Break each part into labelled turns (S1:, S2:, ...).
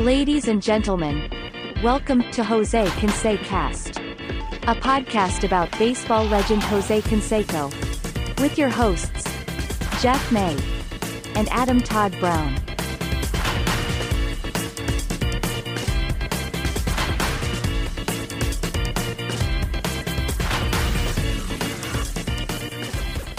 S1: Ladies and gentlemen, welcome to Jose Canseco Cast, a podcast about baseball legend Jose Canseco, with your hosts, Jeff May and Adam Todd Brown.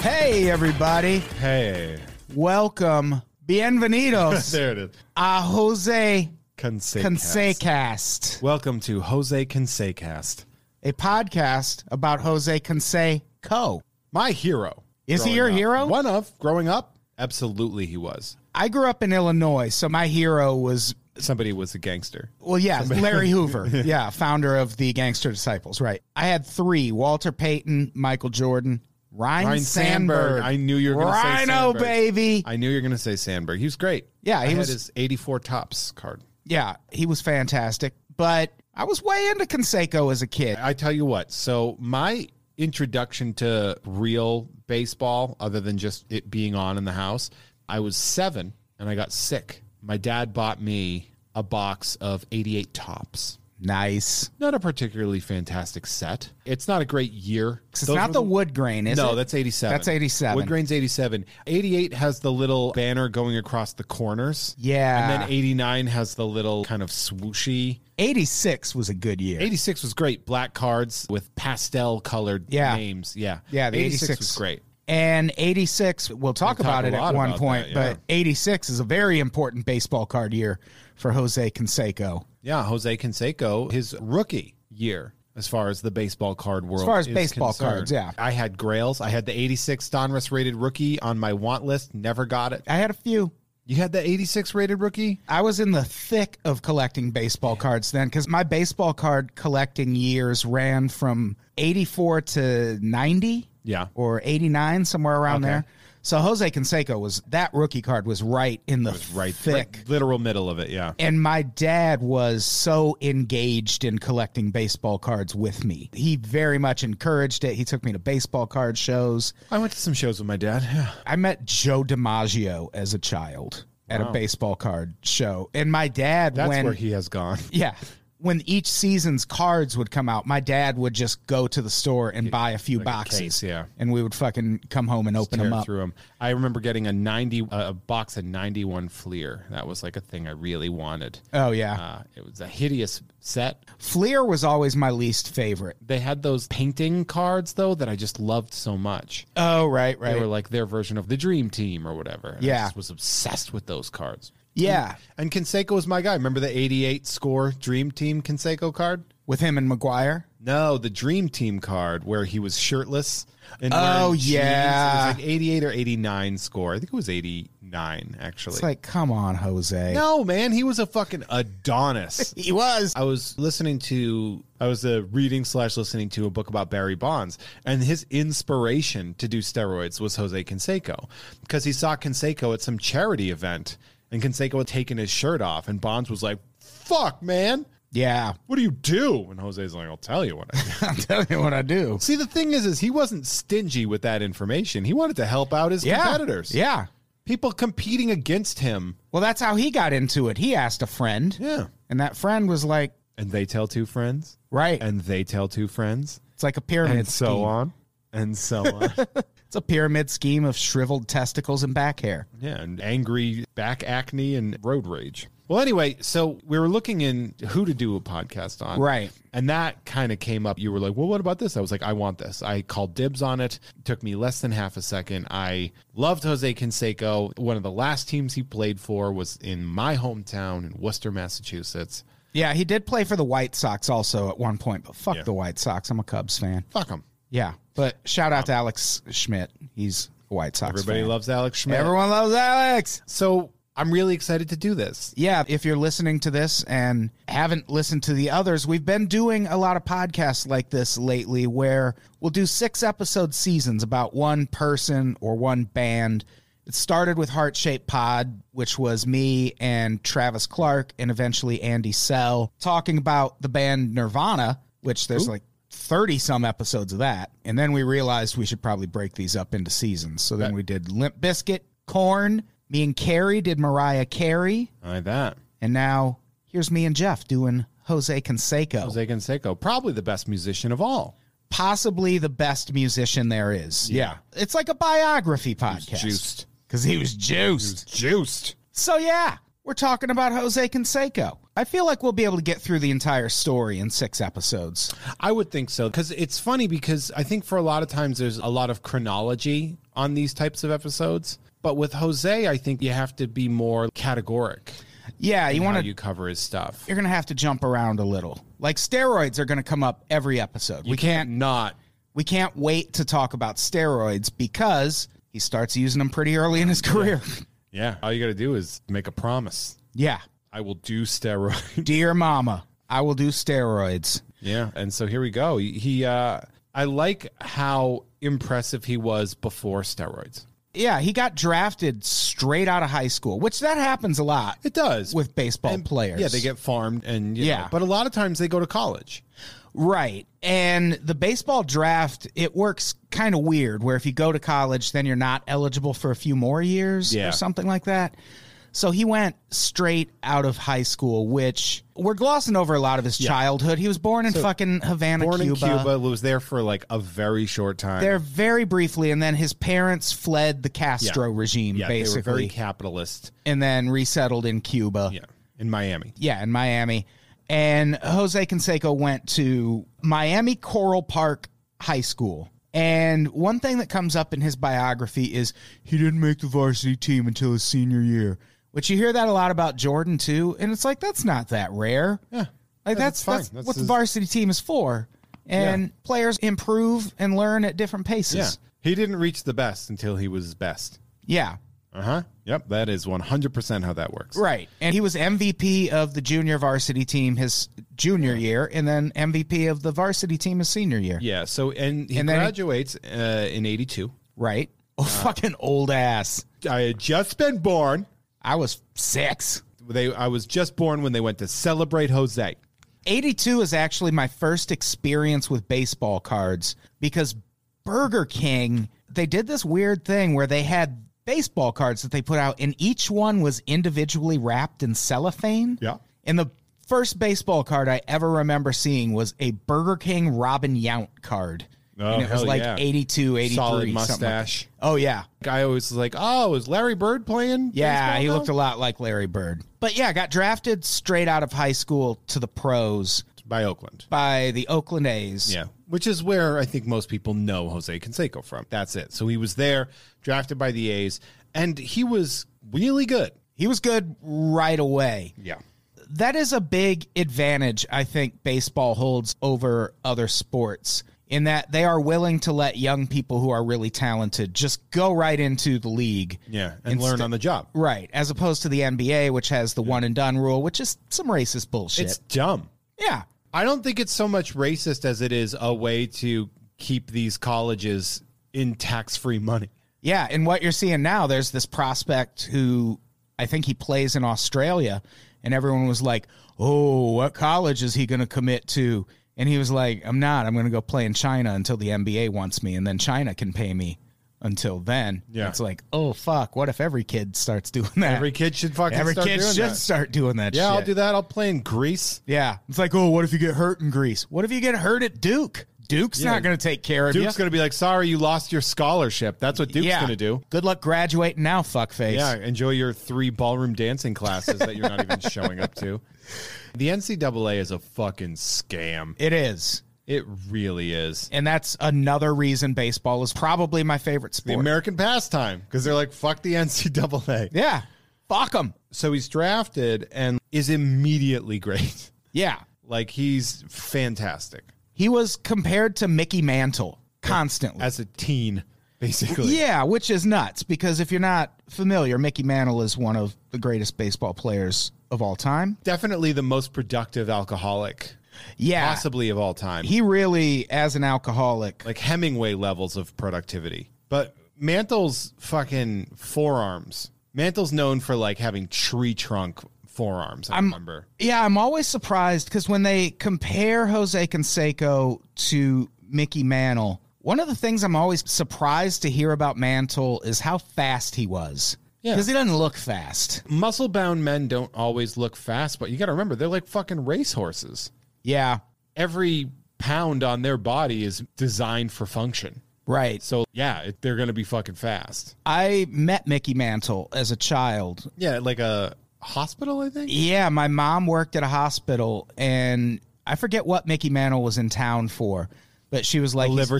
S2: Hey, everybody.
S3: Hey,
S2: Welcome. Bienvenidos
S3: there it is.
S2: a Jose
S3: Consecast.
S2: Consecast,
S3: Welcome to Jose Consecast.
S2: a podcast about Jose Canseco.
S3: My hero.
S2: Is he
S3: growing
S2: your
S3: up.
S2: hero?
S3: One of growing up, absolutely he was.
S2: I grew up in Illinois, so my hero was,
S3: Somebody was a gangster.
S2: well, yeah, Larry Hoover. Yeah, founder of the Gangster Disciples, right. I had three Walter Payton, Michael Jordan, Ryan,
S3: Ryan Sandberg.
S2: Sandberg.
S3: I knew you were going to say
S2: Rhino,
S3: Sandberg.
S2: baby.
S3: I knew you were going to say Sandberg. He was great.
S2: Yeah,
S3: he
S2: he
S3: I
S2: was-
S3: had his 84 tops card.
S2: yeah, he was fantastic. But I was way into Canseco as a kid.
S3: I tell you what. So my introduction to real baseball, other than just it being on in the house, I was seven and I got sick. My dad bought me a box of 88 tops.
S2: Nice.
S3: Not a particularly fantastic set. It's not a great year.
S2: 'Cause It's
S3: Those
S2: not
S3: were
S2: the wood grain, is it?
S3: no, that's 87.
S2: That's 87.
S3: Wood grain's 87. 88 has the little banner going across the corners.
S2: Yeah.
S3: And then 89 has the little kind of swooshy
S2: 86 was a good year.
S3: 86 was great. Black cards with pastel colored
S2: Yeah.
S3: names. Yeah.
S2: yeah, the 86,
S3: 86, was great.
S2: And 86, we'll talk
S3: We'll talk
S2: about
S3: a
S2: it at
S3: lot
S2: one
S3: about
S2: point,
S3: that, yeah.
S2: but 86 is a very important baseball card year for Jose Canseco.
S3: Yeah. Jose Canseco, his rookie year. As far as the baseball card world,
S2: far as
S3: is
S2: baseball
S3: concerned.
S2: cards, yeah.
S3: I had Grails. I had the '86 Donruss rated rookie on my want list. Never got it.
S2: I had a few.
S3: You had the '86 rated rookie.
S2: I was in the thick of collecting baseball cards then because my baseball card collecting years ran from 84 to 90.
S3: Yeah.
S2: Or 89, somewhere around
S3: Okay.
S2: there. So Jose Canseco was that rookie card was right in the
S3: Right,
S2: thick.
S3: right literal middle of it. Yeah.
S2: And my dad was so engaged in collecting baseball cards with me. He very much encouraged it. He took me to baseball card shows.
S3: I went to some shows with my dad. Yeah.
S2: I met Joe DiMaggio as a child at a baseball card show. And my dad
S3: That's
S2: when
S3: where he has gone.
S2: yeah, when each season's cards would come out, my dad would just go to the store and buy a few boxes.
S3: case, yeah.
S2: And we would fucking come home and open them
S3: Tear
S2: up.
S3: through 'em. I remember getting a ninety, a box of ninety-one Fleer. That was like a thing I really wanted.
S2: Oh yeah.
S3: Uh, it was a hideous set.
S2: Fleer was always my least favorite.
S3: They had those painting cards though that I just loved so much.
S2: Oh, right, right.
S3: They were like their version of the Dream Team or whatever. and
S2: Yeah.
S3: I just was obsessed with those cards.
S2: yeah.
S3: And Conseco was my guy. Remember the '88 score Dream Team Conseco card?
S2: With him and McGuire.
S3: No, the Dream Team card where he was shirtless and
S2: Oh,
S3: wearing jeans.
S2: yeah.
S3: it was like eighty eight or eighty nine score. I think it was eighty nine actually.
S2: It's like, come on, Jose.
S3: no, man, he was a fucking Adonis.
S2: he was.
S3: I was listening to, I was uh, reading slash listening to a book about Barry Bonds, and his inspiration to do steroids was Jose Canseco because he saw Canseco at some charity event, and Canseco had taken his shirt off, and Bonds was like, "Fuck, man."
S2: Yeah.
S3: What do you do? And Jose's like, I'll tell you what I do.
S2: I'll tell you what I do.
S3: See, the thing is, is he wasn't stingy with that information. He wanted to help out his
S2: Yeah.
S3: competitors.
S2: Yeah.
S3: People competing against him.
S2: Well, that's how he got into it. He asked a friend.
S3: Yeah.
S2: And that friend was like,
S3: And they tell two friends.
S2: right.
S3: And they tell two friends.
S2: it's like a pyramid
S3: And
S2: scheme.
S3: so on. And so on.
S2: It's a pyramid scheme of shriveled testicles and back hair.
S3: yeah. And angry back acne and road rage. Well, anyway, so we were looking in who to do a podcast on.
S2: Right.
S3: And that kind of came up. You were like, well, what about this? I was like, I want this. I called dibs on it. took me less than half a second. I loved Jose Canseco. One of the last teams he played for was in my hometown in Worcester, Massachusetts.
S2: Yeah, he did play for the White Sox also at one point, but fuck
S3: Yeah.
S2: the White Sox. I'm a Cubs fan.
S3: Fuck him.
S2: Yeah. But shout out to Alex Schmidt. He's a White Sox
S3: Everybody
S2: fan.
S3: loves Alex Schmidt.
S2: Everyone loves Alex.
S3: so I'm really excited to do this.
S2: yeah, if you're listening to this and haven't listened to the others, we've been doing a lot of podcasts like this lately where we'll do six episode seasons about one person or one band. It started with Heart Shape Pod, which was me and Travis Clark and eventually Andy Sell talking about the band Nirvana, which there's like 30 some episodes of that. And then we realized we should probably break these up into seasons. So then we did Limp Biscuit, Corn. Me and Carrie did Mariah Carey.
S3: I like that.
S2: And now here's me and Jeff doing Jose Canseco.
S3: Jose Canseco, probably the best musician of all.
S2: Possibly the best musician there is.
S3: Yeah.
S2: It's like a biography podcast.
S3: juiced.
S2: Because he was juiced.
S3: Juiced.
S2: So, yeah, we're talking about Jose Canseco. I feel like we'll be able to get through the entire story in six episodes.
S3: I would think so because it's funny because I think for a lot of times there's a lot of chronology on these types of episodes, but with Jose, I think you have to be more categoric.
S2: Yeah, you
S3: in
S2: want
S3: how
S2: to.
S3: you cover his stuff?
S2: You're going to have to jump around a little. Like steroids are going to come up every episode. we can't
S3: Not
S2: we can't wait to talk about steroids because he starts using them pretty early in his career.
S3: yeah. All you got to do is make a promise.
S2: Yeah.
S3: I will do steroids.
S2: Dear mama, I will do steroids.
S3: Yeah, and so here we go. He, uh, I like how impressive he was before steroids.
S2: Yeah, he got drafted straight out of high school, which that happens a lot
S3: It does
S2: with baseball players.
S3: Yeah, they get farmed, and
S2: Yeah.
S3: yeah, but a lot of times they go to college.
S2: Right. And the baseball draft, it works kind of weird where if you go to college, then you're not eligible for a few more years
S3: Yeah.
S2: or something like that. So he went straight out of high school, which we're glossing over a lot of his childhood. He was born in fucking Havana,
S3: Born
S2: Cuba.
S3: in Cuba, was there for like a very short time.
S2: There very briefly, and then his parents fled the Castro regime,
S3: yeah,
S2: basically,
S3: they were very capitalist.
S2: and then resettled in Cuba.
S3: Yeah, in Miami.
S2: yeah, in Miami. And Jose Canseco went to Miami Coral Park High School. And one thing that comes up in his biography is he didn't make the varsity team until his senior year, which you hear that a lot about Jordan too. And it's like that's not that rare. Yeah, like that's
S3: That's fine.
S2: that's,
S3: That's
S2: what the
S3: his-
S2: varsity team is for. And players improve and learn at different
S3: Yeah,
S2: paces.
S3: he didn't reach the best until he was best.
S2: Yeah.
S3: Uh huh. Yep, that is one hundred percent how that works.
S2: Uh-huh. Right. And he was MVP of the junior varsity team his junior year and then MVP of the varsity team his senior year.
S3: Yeah. So and he
S2: And then he-
S3: graduates uh, in eighty two.
S2: Right. Oh, fucking old ass.
S3: I had just been born.
S2: I was six.
S3: they I was just born when they went to celebrate Jose.
S2: 82 is actually my first experience with baseball cards because Burger King, they did this weird thing where they had baseball cards that they put out and each one was individually wrapped in cellophane.
S3: Yeah.
S2: And the first baseball card I ever remember seeing was a Burger King Robin Yount card.
S3: Oh,
S2: and it was
S3: hell
S2: like
S3: yeah.
S2: 82, 83.
S3: Solid
S2: something like-
S3: mustache.
S2: oh, yeah.
S3: I always was like, oh, is Larry Bird playing?
S2: Yeah,
S3: baseball
S2: he
S3: now?"
S2: looked a lot like Larry Bird. But yeah, got drafted straight out of high school to the pros
S3: by Oakland.
S2: by the Oakland A's.
S3: Yeah, which is where I think most people know Jose Canseco from. That's it. So he was there, drafted by the A's, and he was really good.
S2: He was good right away.
S3: Yeah.
S2: That is a big advantage I think baseball holds over other sports in that they are willing to let young people who are really talented just go right into the league.
S3: Yeah, and learn
S2: Insta-
S3: on the job.
S2: Right, as opposed to the NBA which has the one and done rule, which is some racist bullshit.
S3: It's dumb.
S2: yeah.
S3: I don't think it's so much racist as it is a way to keep these colleges in tax-free money.
S2: Yeah, and what you're seeing now, there's this prospect who I think he plays in Australia, and everyone was like, "Oh, what college is he going to commit to?" And he was like, "I'm not. I'm going to go play in China until the NBA wants me, and then China can pay me." Until then,
S3: Yeah.
S2: it's like, oh fuck, what if every kid starts doing that?
S3: Every kid should fucking
S2: Every
S3: start
S2: kid
S3: doing
S2: should
S3: that.
S2: start doing that.
S3: Yeah,
S2: shit.
S3: I'll do that. I'll play in Greece.
S2: Yeah, it's like, oh, what if you get hurt in Greece? What if you get hurt at Duke? Duke's
S3: Yeah.
S2: not going to take care of you.
S3: Duke's going to be like, sorry, you lost your scholarship. That's what Duke's
S2: yeah.
S3: going to do.
S2: Good luck graduating now, fuckface.
S3: Yeah, enjoy your three ballroom dancing classes that you're not even showing up to. The NCAA is a fucking scam.
S2: it is.
S3: It really is.
S2: And that's another reason baseball is probably my favorite
S3: The
S2: sport.
S3: American pastime because they're like, fuck the NCAA.
S2: yeah. Fuck them.
S3: So he's drafted and is immediately great.
S2: Yeah.
S3: Like, he's fantastic
S2: He was compared to Mickey Mantle constantly.
S3: as a teen, basically.
S2: yeah, which is nuts because if you're not familiar, Mickey Mantle is one of the greatest baseball players of all time.
S3: Definitely the most productive alcoholic,
S2: Yeah.
S3: possibly of all time.
S2: He really, as an alcoholic,
S3: like Hemingway levels of productivity. But Mantle's fucking forearms. Mantle's known for like having tree trunk forearms. I remember.
S2: Yeah, I'm always surprised because when they compare Jose Canseco to Mickey Mantle, one of the things I'm always surprised to hear about Mantle is how fast he was.
S3: Yeah.
S2: Because he doesn't look fast.
S3: Muscle bound men don't always look fast, but you got to remember they're like fucking racehorses.
S2: Yeah.
S3: Every pound on their body is designed for function.
S2: Right.
S3: So, yeah, it, they're going to be fucking fast.
S2: I met Mickey Mantle as a child.
S3: Yeah, like a hospital, I think.
S2: Yeah, my mom worked at a hospital, and I forget what Mickey Mantle was in town for, but she was like,
S3: A
S2: he's-
S3: liver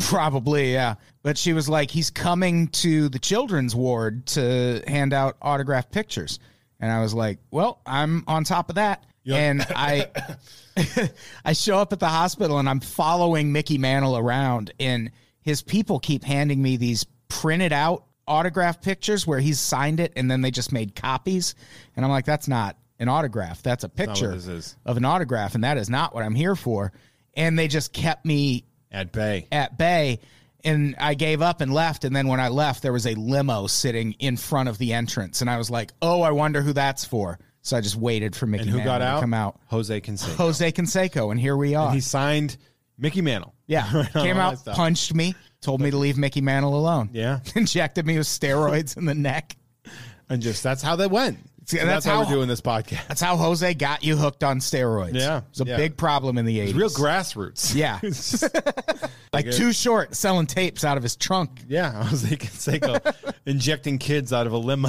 S2: Probably, yeah. But she was like, he's coming to the children's ward to hand out autographed pictures. And I was like, well, I'm on top of that.
S3: Yep.
S2: And I I show up at the hospital and I'm following Mickey Mantle around and his people keep handing me these printed out autograph pictures where he's signed it and then they just made copies. And I'm like, that's not an autograph. That's a
S3: what
S2: picture
S3: this is.
S2: of an autograph and that is not what I'm here for. And they just kept me
S3: At bay.
S2: at bay and I gave up and left. And then when I left, there was a limo sitting in front of the entrance. And I was like, oh, I wonder who that's for. So I just waited for Mickey
S3: And who
S2: Mantle
S3: got
S2: to
S3: out?
S2: come out.
S3: Jose Canseco.
S2: Jose Canseco. And here we are.
S3: He signed Mickey Mantle.
S2: yeah.
S3: on,
S2: Came
S3: all
S2: out,
S3: that stuff.
S2: punched me, told me to leave Mickey Mantle alone.
S3: Yeah.
S2: Injected me with steroids in the neck.
S3: And just that's how they went.
S2: See,
S3: And
S2: that's
S3: that's, how
S2: how-
S3: we're doing this podcast.
S2: That's how Jose got you hooked on steroids.
S3: Yeah,
S2: It was a
S3: yeah.
S2: big problem in the 80s.
S3: It's real grassroots.
S2: Yeah.
S3: It's just-
S2: like too short selling tapes out of his trunk.
S3: yeah. Jose Canseco uh, injecting kids out of a limo.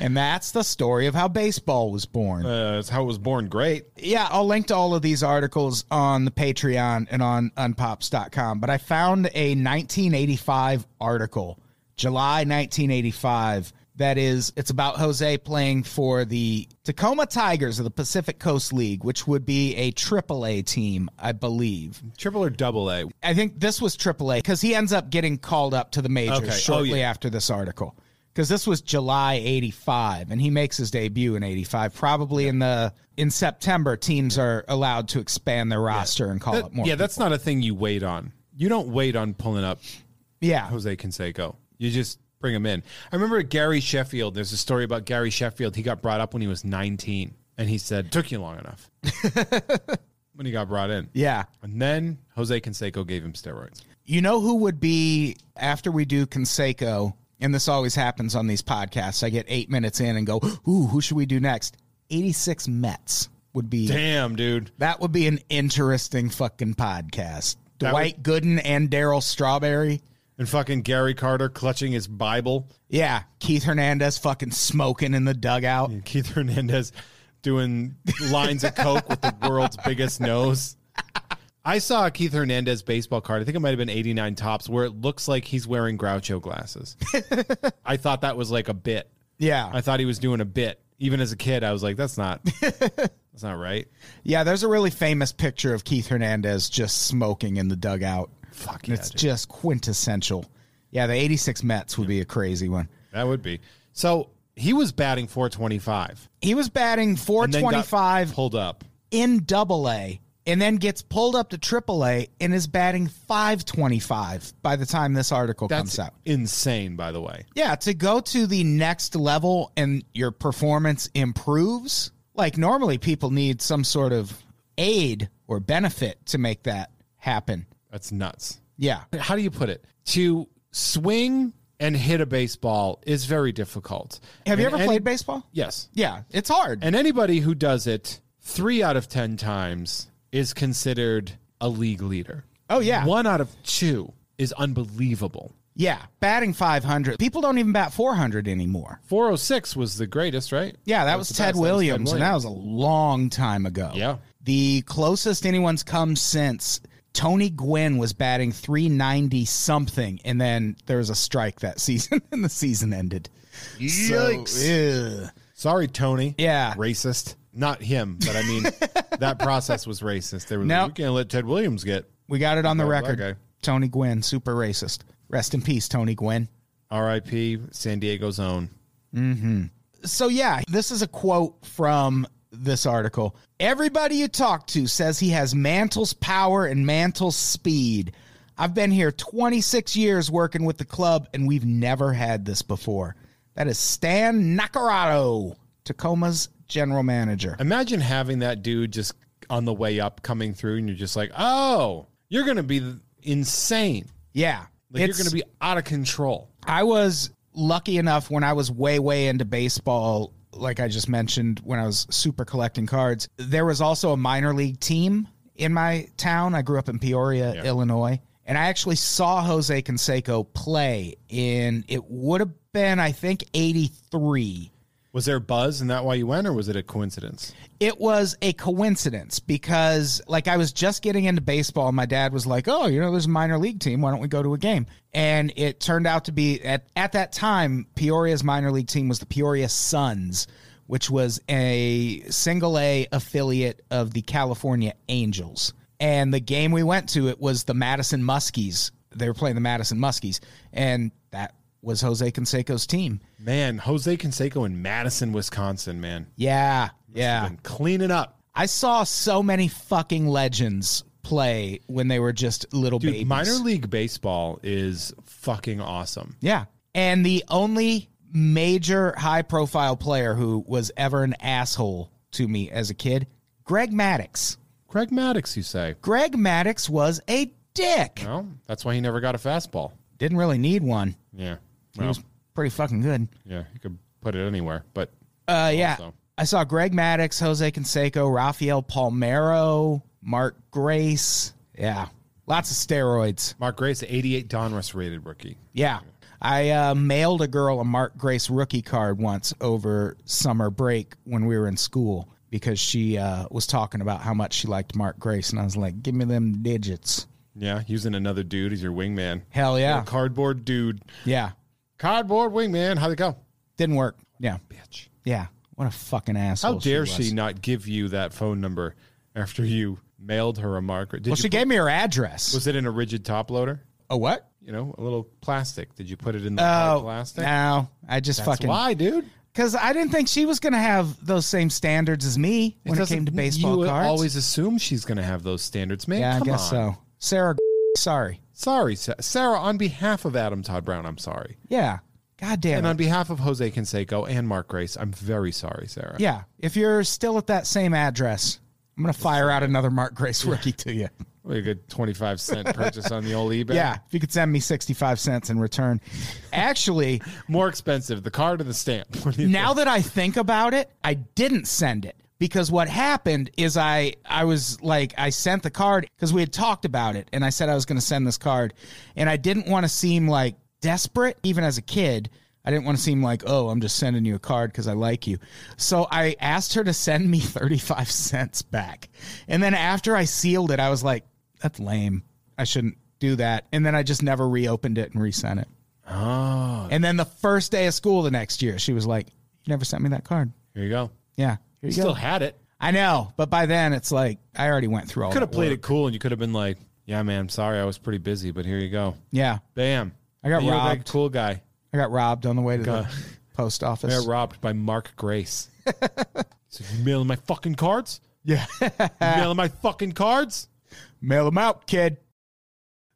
S2: And that's the story of how baseball was born.
S3: Uh, that's how it was born. Great.
S2: yeah, I'll link to all of these articles on the Patreon and on unpops.com. But I found a 1985 article, July 1985, that is, it's about Jose playing for the Tacoma Tigers of the Pacific Coast League, which would be a AAA team, I believe.
S3: Triple or double A.
S2: I think this was AAA because he ends up getting called up to the majors
S3: Okay. Oh,
S2: shortly
S3: yeah.
S2: after this article. Because this was July '85, and he makes his debut in '85. Probably in the in September, teams are allowed to expand their roster and call
S3: That-
S2: up more.
S3: yeah, that's not a thing you wait on. You don't wait on pulling up
S2: yeah,
S3: Jose Canseco. You just bring him in. I remember Gary Sheffield. There's a story about Gary Sheffield. He got brought up when he was 19, and he said, "Took you long enough." when he got brought in,
S2: yeah.
S3: and then Jose Canseco gave him steroids.
S2: You know who would be after we do Conseco, and this always happens on these podcasts. I get eight minutes in and go, "Ooh, who should we do next?" '86 Mets would be
S3: Damn, dude.
S2: That would be an interesting fucking podcast.
S3: That
S2: Dwight Gooden and Daryl Strawberry.
S3: And fucking Gary Carter clutching his Bible.
S2: Yeah, Keith Hernandez fucking smoking in the dugout.
S3: And Keith Hernandez doing lines of coke with the world's biggest nose. I saw a Keith Hernandez baseball card. I think it might have been 89 tops where it looks like he's wearing Groucho glasses. I thought that was like a bit.
S2: Yeah.
S3: I thought he was doing a bit. Even as a kid, I was like, that's not that's not right.
S2: Yeah, there's a really famous picture of Keith Hernandez just smoking in the dugout.
S3: Fuck
S2: And
S3: yeah,
S2: it's
S3: dude.
S2: just quintessential. Yeah, the 86 Mets would be a crazy one.
S3: That would be. So he was batting 425.
S2: He was batting
S3: and then got
S2: 425
S3: pulled up.
S2: in double A and then gets pulled up to triple A and is batting 525 by the time this article
S3: That's
S2: comes out.
S3: insane, by the way.
S2: Yeah, to go to the next level and your performance improves. Like normally people need some sort of aid or benefit to make that happen.
S3: That's nuts.
S2: Yeah.
S3: how do you put it? To swing and hit a baseball is very difficult.
S2: Have you
S3: And
S2: ever
S3: any-
S2: played baseball?
S3: Yes.
S2: Yeah, it's hard.
S3: And anybody who does it three out of 10 times is considered a league leader.
S2: Oh, yeah.
S3: One out of two is unbelievable.
S2: yeah, batting 500. People don't even bat 400 anymore.
S3: 406 was the greatest, right?
S2: Yeah, that was,
S3: the
S2: Ted
S3: best. That was
S2: Williams, and that was a long time ago.
S3: Yeah.
S2: The closest anyone's come since Tony Gwynn was batting 390 something, and then there was a strike that season, and the season ended. So, ugh.
S3: Sorry, Tony.
S2: Yeah.
S3: Racist. Not him, but I mean, that process was racist. They were
S2: No.
S3: like, we can't let Ted Williams get.
S2: we got it on the
S3: Okay,
S2: record.
S3: Oh, okay.
S2: Tony Gwynn, super racist. Rest in peace, Tony Gwynn.
S3: RIP San Diego's own.
S2: So, yeah, this is a quote from this article. Everybody you talk to says he has Mantle's power and Mantle's speed. I've been here 26 years working with the club, and we've never had this before. That is Stan Naccarato, Tacoma's general manager.
S3: Imagine having that dude just on the way up coming through, and you're just like, oh, you're going to be insane.
S2: Yeah.
S3: Like,
S2: it's-
S3: you're going to be out of control.
S2: I was lucky enough when I was way, way into baseball, like I just mentioned, when I was super collecting cards, there was also a minor league team in my town. I grew up in Peoria,
S3: Yeah.
S2: Illinois. And I actually saw Jose Canseco play in, it would have been, I think, 83.
S3: Was there buzz, and that why you went, or was it a coincidence?
S2: It was a coincidence because, like, I was just getting into baseball. And my dad was like, "Oh, you know, there's a minor league team. Why don't we go to a game?" And it turned out to be at at that time Peoria's minor league team was the Peoria Suns, which was a single A affiliate of the California Angels. And the game we went to, it was the Madison Muskies. They were playing the Madison Muskies, and that was Jose Canseco's team.
S3: Man, Jose Canseco in Madison, Wisconsin, man.
S2: Yeah, yeah.
S3: Been cleaning up.
S2: I saw so many fucking legends play when they were just little
S3: Dude,
S2: babies.
S3: minor league baseball is fucking awesome.
S2: Yeah. And the only major high profile player who was ever an asshole to me as a kid, Greg Maddox.
S3: Craig Maddox, you say?
S2: Greg Maddox was a dick.
S3: Well, that's why he never got a fastball.
S2: Didn't really need one.
S3: Yeah.
S2: He
S3: Well,
S2: was pretty fucking good.
S3: yeah, you could put it anywhere, but
S2: Uh, yeah.
S3: Also.
S2: I saw Greg Maddox, Jose Canseco, Rafael Palmero, Mark Grace. Yeah. Lots of steroids.
S3: Mark Grace, the 88 Donruss rated rookie.
S2: Yeah. I uh, mailed a girl a Mark Grace rookie card once over summer break when we were in school because she uh, was talking about how much she liked Mark Grace. And I was like, give me them digits.
S3: Yeah, using another dude as your wingman.
S2: Hell yeah.
S3: Little cardboard dude.
S2: Yeah.
S3: Cardboard wingman. How'd it go?
S2: Didn't work. Yeah.
S3: Bitch.
S2: Yeah. What a fucking asshole.
S3: How dare she,
S2: was.
S3: not give you that phone number after you mailed her a Mark? Did
S2: Well,
S3: you
S2: she
S3: put-
S2: gave me her address.
S3: Was it in a rigid top loader?
S2: a what?
S3: You know, a little plastic. Did you put it in the hard
S2: Oh,
S3: plastic?
S2: no. I just
S3: That's
S2: fucking.
S3: why, dude.
S2: Because I didn't think she was going to have those same standards as me when it,
S3: doesn't-
S2: came to baseball
S3: you
S2: cards.
S3: always assume she's going to have those standards, man.
S2: yeah, I
S3: come
S2: guess
S3: on.
S2: so. Sarah, sorry.
S3: Sorry, Sa- Sarah. On behalf of Adam Todd Brown, I'm sorry,
S2: Yeah. God damn
S3: and
S2: it.
S3: on behalf of Jose Canseco and Mark Grace, I'm very sorry, Sarah.
S2: Yeah. If you're still at that same address, I'm going to fire out another Mark Grace rookie to you.
S3: Probably a good 25 cent purchase on the old eBay.
S2: Yeah. If you could send me 65 cents in return. Actually,
S3: more expensive, the card or the stamp? What do you
S2: now that I think about it, I didn't send it because what happened is I I was like I sent the card because we had talked about it and I said I was going to send this card and I didn't want to seem like desperate even as a kid. I didn't want to seem like, "Oh, I'm just sending you a card cuz I like you." So I asked her to send me 35 cents back. And then after I sealed it, I was like, "That's lame. I shouldn't do that." And then I just never reopened it and resent it.
S3: think? Oh,
S2: And then the first day of school the next year, she was like, "You never sent me that card."
S3: here you go.
S2: Yeah, here
S3: You
S2: you
S3: still
S2: go.
S3: had it. Oh,
S2: I know, but by then it's like I already went through all.
S3: Could have
S2: that
S3: played
S2: work.
S3: it cool, and you could have been like, "Yeah, man, I'm sorry, I was pretty busy, but here you go."
S2: Yeah,
S3: Bam!
S2: I got
S3: You look like a
S2: robbed.
S3: cool guy.
S2: I got robbed on the way to
S3: God.
S2: the post
S3: I
S2: office.
S3: got robbed by Mark Grace. so you mailing my fucking cards?
S2: yeah,
S3: You
S2: Ah.
S3: mailing my fucking cards?
S2: mail them out, kid.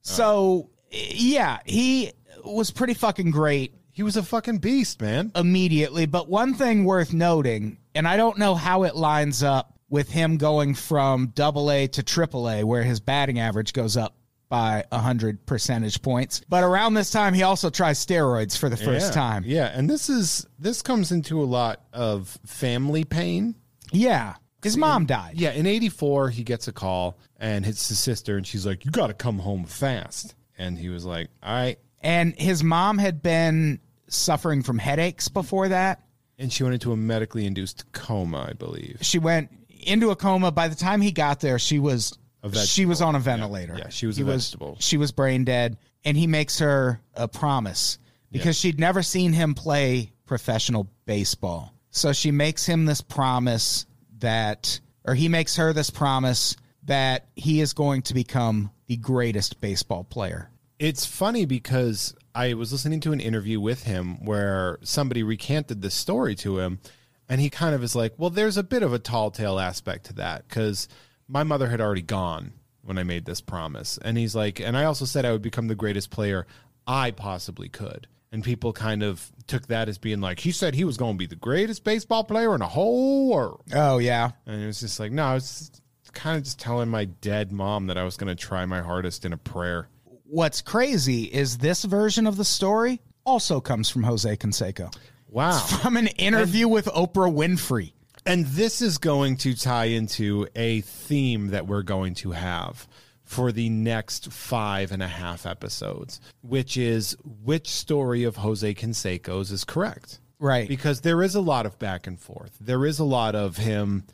S2: So yeah, he was pretty fucking great
S3: He was a fucking beast, man.
S2: immediately. But one thing worth noting, and I don't know how it lines up with him going from double A to triple A, where his batting average goes up by 100 percentage points. But around this time, he also tries steroids for the first
S3: Yeah.
S2: time.
S3: Yeah, and this is this comes into a lot of family pain.
S2: Yeah. His mom died.
S3: Yeah, in 84 he gets a call and it's his sister and she's like, "You got to come home fast." And he was like, "All right."
S2: And his mom had been suffering from headaches before that.
S3: And she went into a medically induced coma, I believe.
S2: She went into a coma. By the time he got there, she was
S3: A vegetable.
S2: she was on a ventilator.
S3: Yeah, she was
S2: He
S3: a vegetable.
S2: She was brain dead, and he makes her a promise because she'd never seen him play professional baseball. So she makes him this promise that, or he makes her this promise that he is going to become the greatest baseball player.
S3: It's funny because I was listening to an interview with him where somebody recanted this story to him, and he kind of is like, Well, there's a bit of a tall tale aspect to that because my mother had already gone when I made this promise. And he's like, And I also said I would become the greatest player I possibly could. And people kind of took that as being like, He said he was going to be the greatest baseball player in the whole world.
S2: Oh yeah,
S3: And it was just like, No, I was kind of just telling my dead mom that I was going to try my hardest in a prayer.
S2: what's crazy is this version of the story also comes from Jose Canseco.
S3: Wow.
S2: From an interview with Oprah Winfrey.
S3: And this is going to tie into a theme that we're going to have for the next five and a half episodes, which is which story of Jose Canseco's is correct.
S2: Right.
S3: Because there is a lot of back and forth. There is a lot of him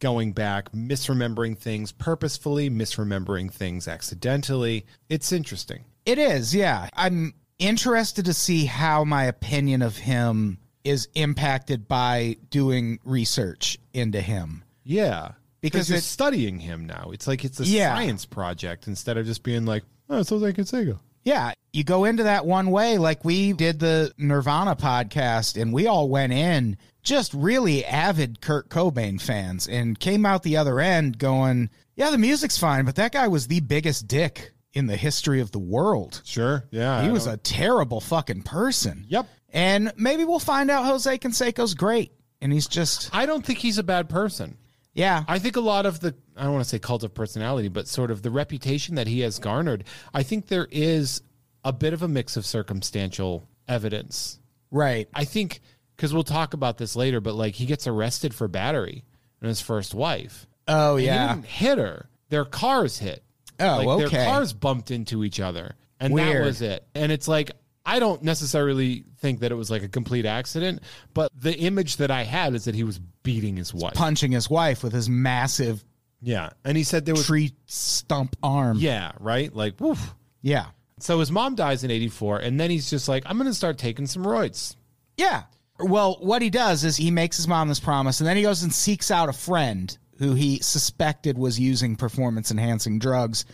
S3: going back, misremembering things purposefully, misremembering things accidentally. It's interesting.
S2: It is, yeah. I'm interested to see how my opinion of him is impacted by doing research into him.
S3: Yeah.
S2: Because
S3: Because you're
S2: it-
S3: studying him now. It's like it's a
S2: Yeah.
S3: science project instead of just being like, oh, it's Jose Canseco.
S2: Yeah, you go into that one way. Like we did the Nirvana podcast, and we all went in just really avid Kurt Cobain fans and came out the other end going, Yeah, the music's fine, but that guy was the biggest dick in the history of the world.
S3: Sure. Yeah.
S2: He
S3: I
S2: was
S3: don't-
S2: a terrible fucking person.
S3: Yep.
S2: And maybe we'll find out Jose Canseco's great. And he's just,
S3: I don't think he's a bad person.
S2: yeah.
S3: I think a lot of the I don't want to say cult of personality, but sort of the reputation that he has garnered, I think there is a bit of a mix of circumstantial evidence.
S2: Right.
S3: I think because we'll talk about this later, but like he gets arrested for battery and his first wife.
S2: Oh,
S3: And
S2: yeah.
S3: He didn't hit her. Their cars hit.
S2: Oh,
S3: like,
S2: okay.
S3: Their cars bumped into each other. And
S2: Weird.
S3: that was it. And it's like, I don't necessarily think that it was like a complete accident, but the image that I had is that he was beating his wife.
S2: Punching his wife with his massive
S3: Yeah. And he said there was.
S2: tree stump arm.
S3: yeah, right? Like, woof.
S2: Yeah.
S3: So his mom dies in 84, and then he's just like, I'm going to start taking some roids.
S2: Yeah. Well, what he does is he makes his mom this promise, and then he goes and seeks out a friend who he suspected was using performance enhancing drugs.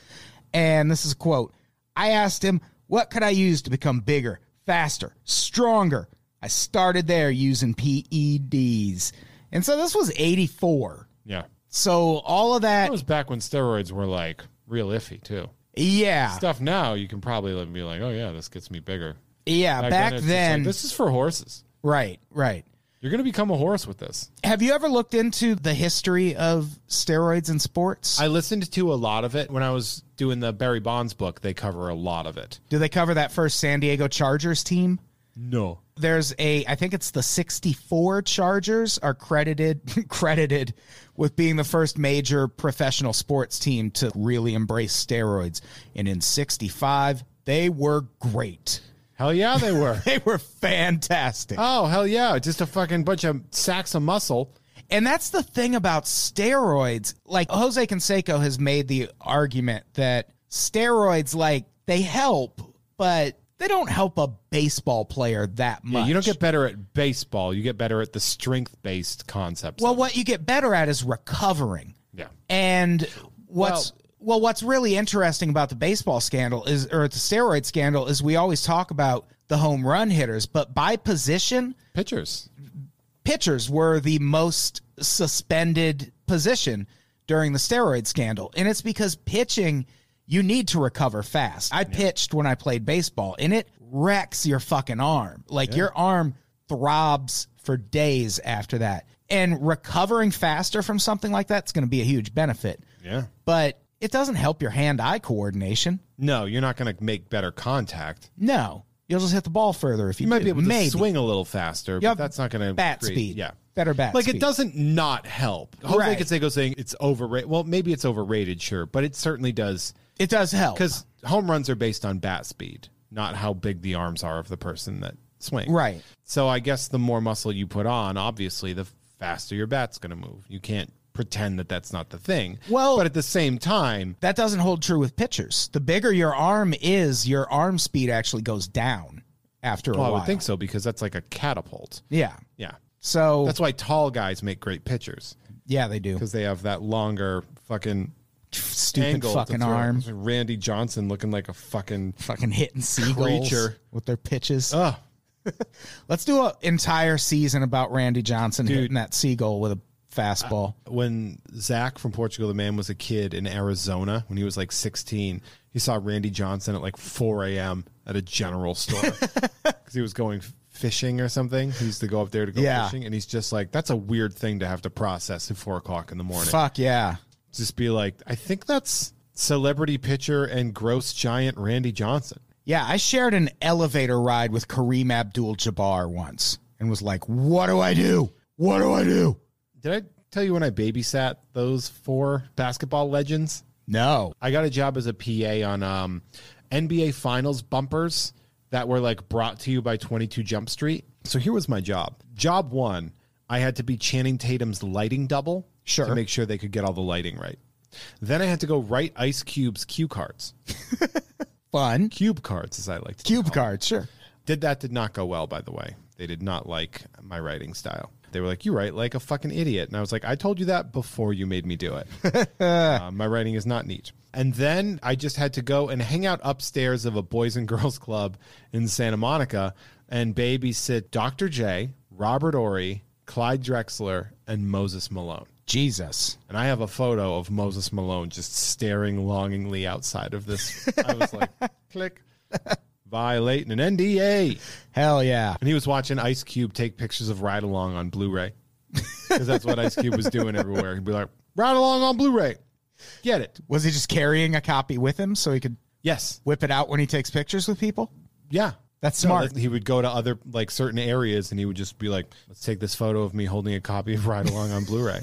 S2: And this is a quote I asked him, What could I use to become bigger, faster, stronger? I started there using PEDs. And so this was 84.
S3: Yeah.
S2: So all of that,
S3: That was back when steroids were like real iffy, too.
S2: yeah.
S3: Stuff now, you can probably be like, oh, yeah, this gets me bigger.
S2: Yeah. Back,
S3: it's just like,
S2: then.
S3: this is for horses.
S2: right, right.
S3: You're going to become a horse with this.
S2: Have you ever looked into the history of steroids in sports?
S3: I listened to a lot of it when I was doing the Barry Bonds book. They cover a lot of it.
S2: Do they cover that first San Diego Chargers team?
S3: No.
S2: There's a I think it's the 64 Chargers are credited credited with being the first major professional sports team to really embrace steroids. And in 65, they were great.
S3: Hell yeah, they were.
S2: They were fantastic.
S3: oh, hell yeah. Just a fucking bunch of sacks of muscle.
S2: And that's the thing about steroids. Like Jose Canseco has made the argument that steroids like they help, but they don't help a baseball player that much.
S3: Yeah, you don't get better at baseball. You get better at the strength based concepts.
S2: Well,
S3: of it.
S2: what you get better at is recovering.
S3: Yeah.
S2: And what's well, what's really interesting about the baseball scandal is or the steroid scandal is we always talk about the home run hitters, but by position,
S3: pitchers.
S2: pitchers were the most suspended position during the steroid scandal. And it's because pitching you need to recover fast. I pitched when I played baseball and it wrecks your fucking arm. Like your arm throbs for days after that. And recovering faster from something like that's going to be a huge benefit.
S3: Yeah.
S2: But it doesn't help your hand-eye coordination.
S3: No, you're not going to make better contact.
S2: No. You'll just hit the ball further if you,
S3: You might
S2: do.
S3: be able
S2: Maybe.
S3: to swing a little faster,
S2: You
S3: but
S2: have
S3: that's not going to
S2: bat speed.
S3: Yeah.
S2: Better bat
S3: like
S2: speed.
S3: it doesn't not help. Jose
S2: Right.
S3: Canseco saying it's overrated. Well, maybe it's overrated, sure, but it certainly does
S2: It does help.
S3: because home runs are based on bat speed, not how big the arms are of the person that swings.
S2: Right.
S3: So I guess the more muscle you put on, obviously, the faster your bat's going to move. You can't pretend that that's not the thing.
S2: Well-
S3: but at the same time,
S2: that doesn't hold true with pitchers. The bigger your arm is, your arm speed actually goes down after a
S3: well, I
S2: while.
S3: would think so because that's like a catapult.
S2: Yeah.
S3: Yeah.
S2: So
S3: That's why tall guys make great pitchers
S2: yeah, they do.
S3: because they have that longer fucking
S2: Stupid
S3: angle to
S2: fucking
S3: throw.
S2: arm,
S3: Randy Johnson looking like a fucking
S2: fucking hitting seagulls
S3: Creature.
S2: with their pitches.
S3: oh
S2: Let's do an entire season about Randy Johnson hitting that seagull with a fastball.
S3: when Zach from Portugal the Man was a kid in Arizona when he was like 16, he saw Randy Johnson at like 4 a.m. at a general store because he was going fishing or something. He used to go up there to go
S2: Yeah.
S3: fishing, and he's just like, that's a weird thing to have to process at 4 o'clock in the morning.
S2: Fuck yeah.
S3: Just be like, I think that's celebrity pitcher and gross giant Randy Johnson.
S2: Yeah, I shared an elevator ride with Kareem Abdul Jabbar once and was like, what do I do? What do I do?
S3: Did I tell you when I babysat those four basketball legends?
S2: No.
S3: I got a job as a PA on um, NBA Finals bumpers that were like brought to you by 22 Jump Street. So here was my job. Job one, I had to be Channing Tatum's lighting double
S2: Sure.
S3: to make sure they could get all the lighting right. Then I had to go write Ice Cube's cue cards,
S2: Fun.
S3: cube cards as I like to
S2: Cube cards, sure.
S3: did that did not go well by the way they did not like my writing style they were like you write like a fucking idiot and i was like i told you that before you made me do it Uh, my writing is not neat and then i just had to go and hang out upstairs of a boys and girls club in santa monica and babysit dr j robert ory clyde drexler and moses malone
S2: Jesus.
S3: and I have a photo of Moses Malone just staring longingly outside of this. I was like, click, violating an NDA.
S2: Hell yeah.
S3: And he was watching Ice Cube take pictures of Ride Along on Blu ray. Because that's what Ice Cube was doing everywhere. He'd be like, Ride Along on Blu ray. Get it.
S2: Was he just carrying a copy with him so he could
S3: Yes.
S2: whip it out when he takes pictures with people?
S3: Yeah.
S2: That's
S3: No,
S2: smart.
S3: that- he would go to other, like, certain areas and he would just be like, let's take this photo of me holding a copy of Ride Along on Blu ray.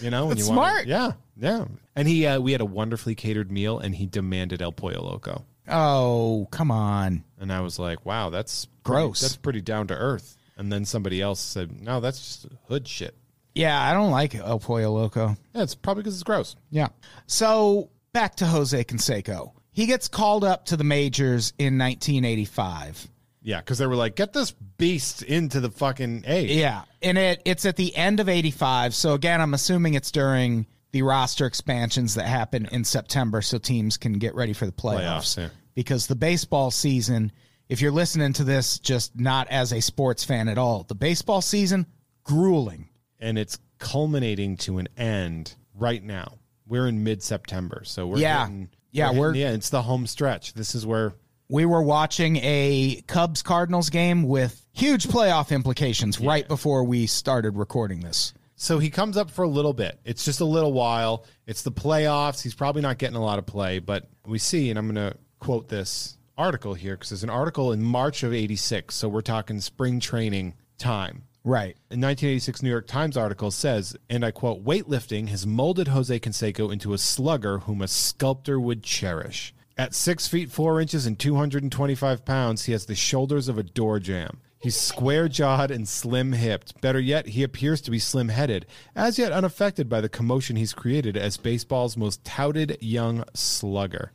S3: You know, when
S2: That's
S3: you wanna-
S2: smart.
S3: yeah, yeah. And he, uh, we had a wonderfully catered meal, and he demanded El Pollo Loco.
S2: Oh, come on.
S3: And I was like, wow, that's
S2: Gross.
S3: pretty- that's pretty down to earth. And then somebody else said, no, that's just hood shit.
S2: Yeah, I don't like El Pollo Loco.
S3: Yeah, it's probably because it's gross.
S2: Yeah. So back to Jose Canseco. He gets called up to the majors in 1985.
S3: Yeah, because they were like, get this beast into the fucking A.
S2: Yeah, and it it's at the end of '85. So again, I'm assuming it's during the roster expansions that happen in September, so teams can get ready for the playoffs.
S3: Playoffs, yeah.
S2: Because the baseball season, if you're listening to this, just not as a sports fan at all, the baseball season grueling.
S3: And it's culminating to an end right now. We're in mid September. So we're
S2: Yeah.
S3: hitting-
S2: Yeah,
S3: hitting
S2: we're-
S3: the end. it's the home stretch. This is where
S2: We were watching a Cubs Cardinals game with huge playoff implications right before we started recording this.
S3: So he comes up for a little bit. It's just a little while. It's the playoffs. He's probably not getting a lot of play, but we see, and I'm going to quote this article here because there's an article in March of 86. So we're talking spring training time.
S2: Right.
S3: A 1986 New York Times article says, and I quote, weightlifting has molded Jose Canseco into a slugger whom a sculptor would cherish. At six feet four inches and 225 pounds, he has the shoulders of a door jamb. He's square jawed and slim hipped. Better yet, he appears to be slim headed, as yet unaffected by the commotion he's created as baseball's most touted young slugger.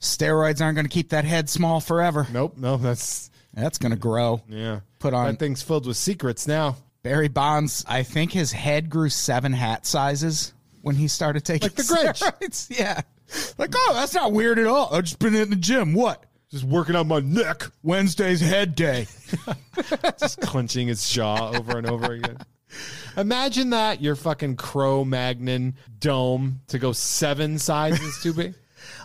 S2: Steroids aren't going to keep that head small forever.
S3: Nope, no, that's,
S2: That's going to grow.
S3: yeah.
S2: Put on-
S3: That thing's filled with secrets now.
S2: Barry Bonds, I think his head grew seven hat sizes when he started taking
S3: Like the Grinch.
S2: steroids. Yeah. Like, oh, that's not weird at all. I've just been in the gym. What?
S3: Just working on my neck.
S2: Wednesday's head day.
S3: just clenching his jaw over and over again. Imagine that your fucking Crow Magnon dome to go seven sizes too big.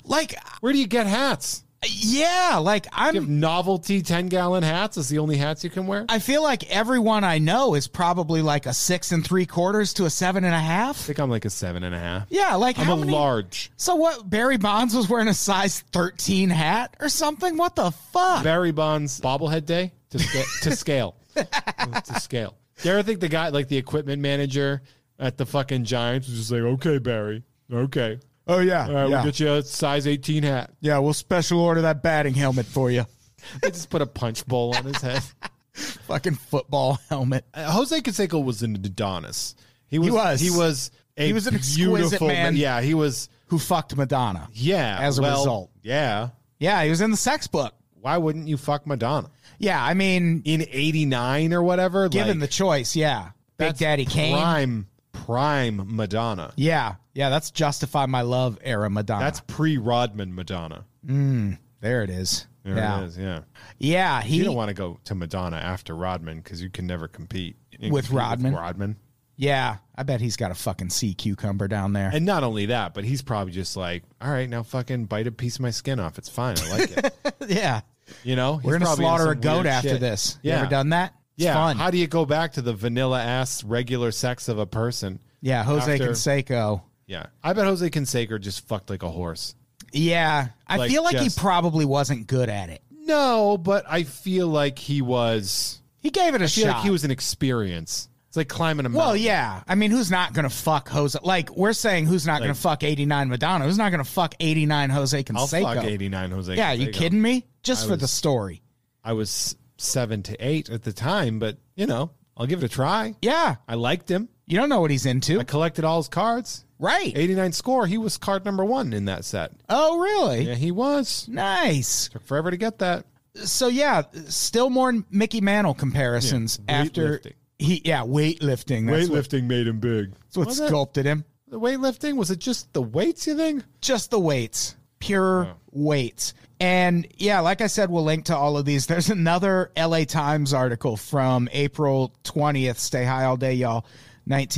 S2: like,
S3: Where do you get hats?
S2: yeah, like
S3: You have
S2: I'm.
S3: novelty ten gallon hats. Is the only hats you can wear. I
S2: I feel like everyone I know is probably like a six and three quarters to a seven and a half.
S3: think I'm like a seven and a half.
S2: Yeah, like
S3: I'm
S2: how
S3: a
S2: many-
S3: large.
S2: So what? Barry Bonds was wearing a size thirteen hat or something. What the fuck?
S3: Barry Bonds bobblehead day to sca- to scale to scale. Do you ever think the guy like the equipment manager at the fucking Giants was just like, okay, Barry, okay,
S2: oh yeah,
S3: all right, we'll get you a size eighteen hat.
S2: yeah. We'll special order that batting helmet for you.
S3: They just put a punch bowl on his head.
S2: fucking football helmet.
S3: Uh, Jose Canseco was an Adonis. He was.
S2: was.
S3: He was. A
S2: He was an exquisite
S3: beautiful
S2: man.
S3: Yeah, he was.
S2: Who fucked Madonna?
S3: Yeah.
S2: As a
S3: well,
S2: result.
S3: Yeah.
S2: Yeah, he was in the sex book.
S3: Why wouldn't you fuck Madonna
S2: Yeah, I mean,
S3: in '89 or whatever?
S2: given the
S3: like,
S2: choice, yeah. Big
S3: that's
S2: Daddy Kane.
S3: prime prime Madonna.
S2: Yeah, yeah, that's Justify My Love era Madonna.
S3: That's pre Rodman Madonna.
S2: there it is.
S3: There
S2: yeah.
S3: it is. Yeah.
S2: Yeah, he
S3: You don't want to go to Madonna after Rodman because you can never compete You can
S2: With
S3: compete
S2: Rodman?
S3: Rodman.
S2: Yeah, I bet he's got a fucking sea cucumber down there.
S3: And not only that, but he's probably just like, all right, now fucking bite a piece of my skin off. It's fine. I like it.
S2: yeah.
S3: You know,
S2: We're going
S3: He's
S2: to
S3: probably into
S2: slaughter a
S3: some
S2: goat
S3: weird
S2: after
S3: shit.
S2: this. You
S3: Yeah,
S2: ever done that? It's
S3: yeah.
S2: fun.
S3: How do you go back to the vanilla ass regular sex of a person?
S2: yeah, Jose
S3: after-
S2: Canseco.
S3: Yeah, I bet Jose Canseco just fucked like a horse.
S2: Yeah. I
S3: Like,
S2: feel like
S3: just-
S2: he probably wasn't good at it.
S3: No, but I feel like he was.
S2: He gave it a
S3: I feel
S2: shot.
S3: like he was an experience. It's like climbing a mountain.
S2: Well, yeah. I mean, who's not going to fuck Jose? Like, we're saying who's not going
S3: Like-
S2: to fuck 89 Madonna? Who's not going to fuck 89 Jose
S3: I'll
S2: Canseco?
S3: fuck 89 Jose.
S2: Yeah, you
S3: Canseco.
S2: kidding me? Just
S3: I
S2: for the
S3: was-
S2: story.
S3: I was seven to eight at the time, but you know, I'll give it a try.
S2: Yeah.
S3: I liked him.
S2: You don't know what he's into.
S3: I collected all his cards.
S2: right.
S3: 89 score. He was card number one in that set.
S2: Oh, really?
S3: Yeah, he was.
S2: Nice.
S3: Took forever to get that.
S2: So, yeah, still more Mickey Mantle comparisons
S3: Yeah,
S2: after.
S3: weightlifting.
S2: He, yeah, weightlifting. That's what,
S3: made him big.
S2: that's what sculpted him.
S3: The weightlifting was it just the weights? You think?
S2: just the weights, pure weights. And yeah, like I said, we'll link to all of these. There's another LA Times article from April 20th, Stay High All Day, y'all,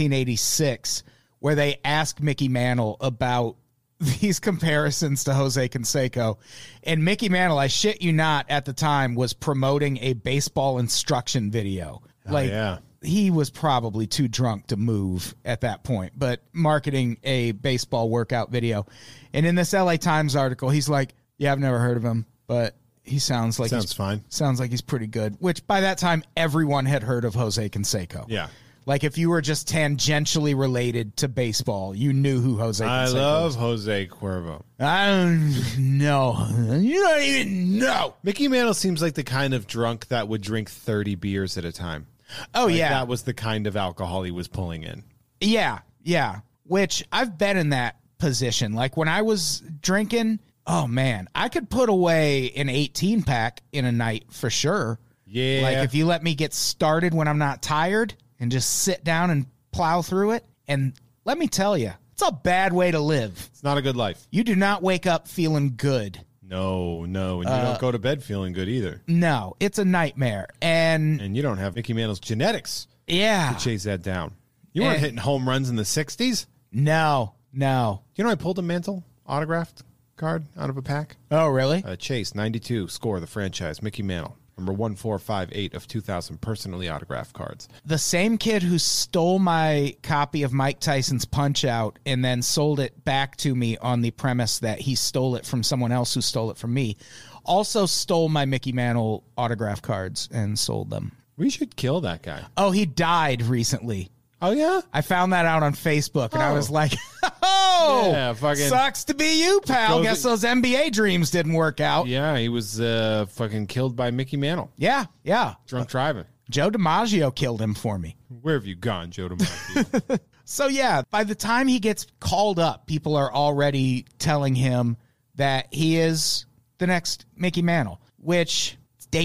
S2: 1986, where they ask Mickey Mantle about these comparisons to Jose Canseco. And Mickey Mantle, I shit you not, at the time was promoting a baseball instruction video. Like,
S3: yeah.
S2: he was probably too drunk to move at that point, but marketing a baseball workout video. And in this LA Times article, he's like, Yeah, I've never heard of him, but he sounds like
S3: Sounds
S2: he's,
S3: fine.
S2: Sounds like he's pretty good. Which by that time everyone had heard of Jose Canseco.
S3: Yeah.
S2: Like if you were just tangentially related to baseball, you knew who Jose Canseco
S3: I
S2: was.
S3: love Jose Cuervo.
S2: I don't know. You don't even know.
S3: Mickey Mantle seems like the kind of drunk that would drink 30 beers at a time.
S2: Oh
S3: Like,
S2: yeah.
S3: That was the kind of alcohol he was pulling in.
S2: Yeah, yeah. Which I've been in that position. Like when I was drinking, oh man, I could put away an 18 pack in a night for sure.
S3: Yeah.
S2: Like if you let me get started when I'm not tired and just sit down and plow through it. And let me tell you, it's a bad way to live.
S3: It's not a good life.
S2: You do not wake up feeling good.
S3: No, no. And you don't go to bed feeling good either.
S2: No, it's a nightmare. And
S3: And you don't have Mickey Mantle's genetics
S2: yeah,
S3: to chase that down. You weren't
S2: And-
S3: hitting home runs in the 60s.
S2: no, no.
S3: You know, I pulled a Mantle autographed card out of a pack.
S2: Oh, really?
S3: Uh, Chase, 92, score the franchise, Mickey Mantle. Number 1458 of 2,000 personally autographed cards.
S2: the same kid who stole my copy of Mike Tyson's Punch Out and then sold it back to me on the premise that he stole it from someone else who stole it from me also stole my Mickey Mantle autograph cards and sold them.
S3: We should kill that guy.
S2: Oh, he died recently.
S3: Oh, yeah?
S2: I found that out on Facebook and I
S3: Oh.
S2: was like, oh,
S3: Yeah, fucking-
S2: sucks to be you, pal.
S3: Goes-
S2: Guess those NBA dreams didn't work out.
S3: Yeah, he was uh, fucking killed by Mickey Mantle,
S2: yeah. yeah.
S3: drunk driving.
S2: Joe DiMaggio killed him for me.
S3: Where have you gone, Joe DiMaggio?
S2: So yeah, by the time he gets called up, people are already telling him that he is the next Mickey Mantle, which is
S3: you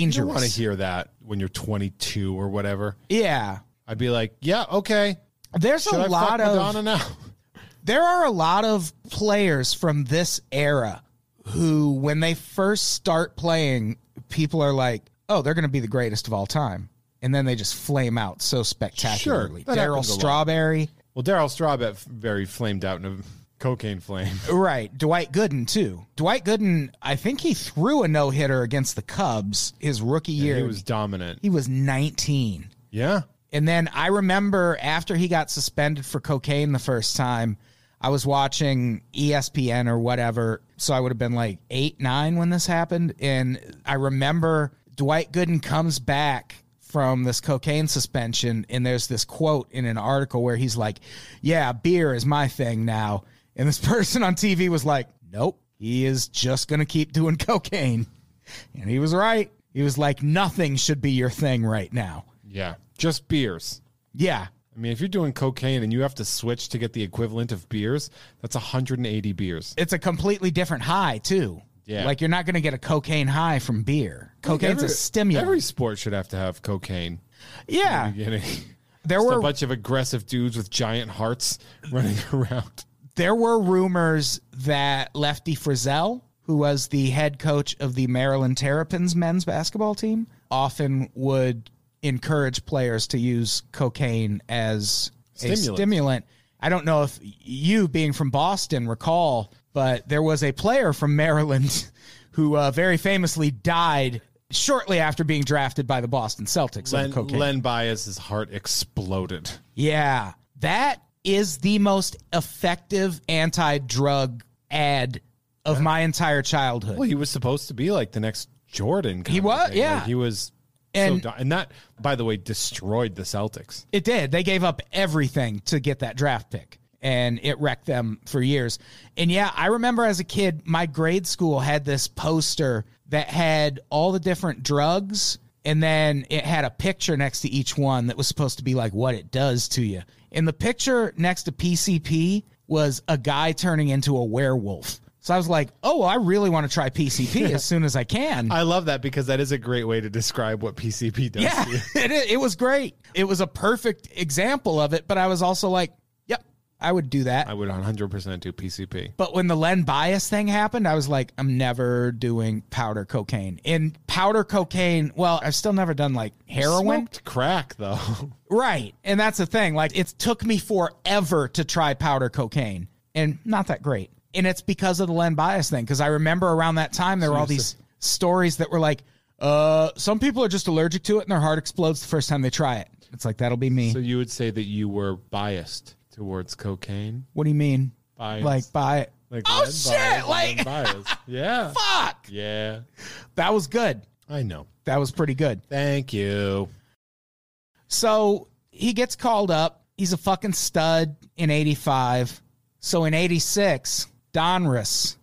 S3: don't want to
S2: dangerous.
S3: hear that when you're 22 or whatever.
S2: yeah.
S3: I'd be like, yeah, okay.
S2: There's
S3: Should
S2: a
S3: I
S2: lot
S3: fuck
S2: of
S3: Madonna now?
S2: there are a lot of players from this era who when they first start playing, people are like, "Oh, they're going to be the greatest of all time." And then they just flame out so spectacularly.
S3: that
S2: Daryl
S3: happens a lot.
S2: Strawberry,
S3: Well, Daryl Strawbat very flamed out in a cocaine flame.
S2: Right. Dwight Gooden, too. Dwight Gooden, I think he threw a no hitter against the Cubs his rookie year.
S3: He was dominant.
S2: he was 19.
S3: Yeah.
S2: And then I remember after he got suspended for cocaine the first time, I was watching E ESPN or whatever. So I would have been like eight, nine when this happened. And I remember Dwight Gooden comes back from this cocaine suspension. And there's this quote in an article where he's like, Yeah, beer is my thing now. And this person on TV was like, Nope, he is just going to keep doing cocaine. And he was right. He was like, Nothing should be your thing right now.
S3: Yeah. Just beers.
S2: Yeah.
S3: I mean, if you're doing cocaine and you have to switch to get the equivalent of beers, that's 180 beers.
S2: It's a completely different high, too.
S3: Yeah.
S2: Like you're not going to get a cocaine high from beer. Cocaine's
S3: Every-
S2: a stimulant.
S3: Every sport should have to have cocaine.
S2: yeah.
S3: Beginning.
S2: There
S3: Just
S2: were
S3: a bunch of aggressive dudes with giant hearts running around.
S2: there were rumors that Lefty Frizzell, who was the head coach of the Maryland Terrapins men's basketball team, often would encourage players to use cocaine as a
S3: Stimulant.
S2: stimulant. I don't know if you, being from Boston, recall, but there was a player from Maryland who uh, very famously died shortly after being drafted by the Boston Celtics. of
S3: Len,
S2: cocaine.
S3: Len Bias's heart exploded.
S2: Yeah. That is the most effective anti drug ad of my entire childhood.
S3: Well, he was supposed to be like the next Jordan. kind
S2: He
S3: of
S2: was,
S3: thing.
S2: yeah.
S3: Like, he was.
S2: And-
S3: so do- and that, by the way, destroyed the Celtics.
S2: It did. They gave up everything to get that draft pick, and it wrecked them for years. And yeah, I remember as a kid, my grade school had this poster that had all the different drugs, and then it had a picture next to each one that was supposed to be like what it does to you. And the picture next to PCP was a guy turning into a werewolf. So I was like, oh, well, I really want to try PCP as soon as I can.
S3: I love that because that is a great way to describe what PCP does.
S2: Yeah,
S3: to you.
S2: it, it was great. It was a perfect example of it, but I was also like, yep, I would do that.
S3: I would 100% do PCP.
S2: but when the Len Bias thing happened, I was like, I'm never doing powder cocaine. And powder cocaine, well, I've still never done like heroin.
S3: Smoked crack though.
S2: Right. And that's the thing. Like, it took me forever to try powder cocaine and not that great. And it's because of the Len Bias thing. Because I remember around that time, there were all these stories that were like, uh, some people are just allergic to it and their heart explodes the first time they try it. It's like, that'll be me.
S3: so you would say that you were biased towards cocaine?
S2: what do you mean?
S3: Bias.
S2: Like, by
S3: Like
S2: Oh,
S3: red
S2: shit,
S3: bias,
S2: like-
S3: red bias. Yeah.
S2: Fuck!
S3: Yeah.
S2: That was good.
S3: I know.
S2: That was pretty good.
S3: Thank you.
S2: So he gets called up. He's a fucking stud in 85. So in 86, Donruss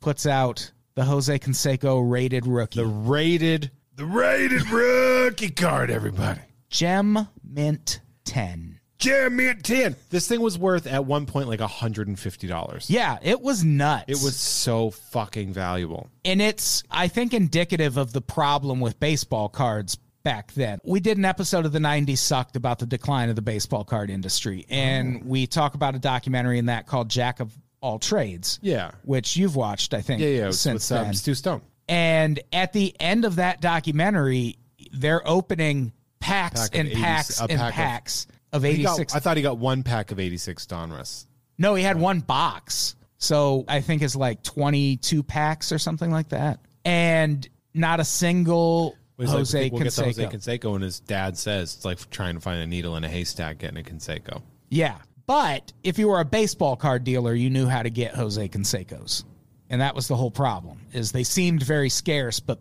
S2: puts out the Jose Canseco rated rookie.
S3: The rated the rated rookie card, everybody.
S2: Gem Mint 10.
S3: Jeremy at 10. This thing was worth at one point like $150.
S2: Yeah, it was nuts.
S3: It was so fucking valuable.
S2: and it's I think indicative of the problem with baseball cards back then. We did an episode of the 90s sucked about the decline of the baseball card industry
S3: Oh.
S2: and we talk about a documentary in that called Jack of All Trades.
S3: Yeah.
S2: Which you've watched, I think,
S3: Yeah, yeah. It's
S2: since
S3: with um,
S2: then.
S3: Stu Stone.
S2: And at the end of that documentary, they're opening packs
S3: Pack of
S2: and
S3: 80
S2: packs
S3: a
S2: and
S3: pack of-
S2: packs of
S3: He got-
S2: 86.
S3: I thought he got one pack of 86 Donruss.
S2: no, he had one box. So I think it's like 22 packs or something like that. And not a single
S3: He's like,
S2: Jose
S3: we'll get the Jose
S2: Canseco.
S3: Canseco, and his dad says it's like trying to find a needle in a haystack getting a Canseco.
S2: yeah. But if you were a baseball card dealer, you knew how to get Jose Canseco's. And that was the whole problem is they seemed very scarce, but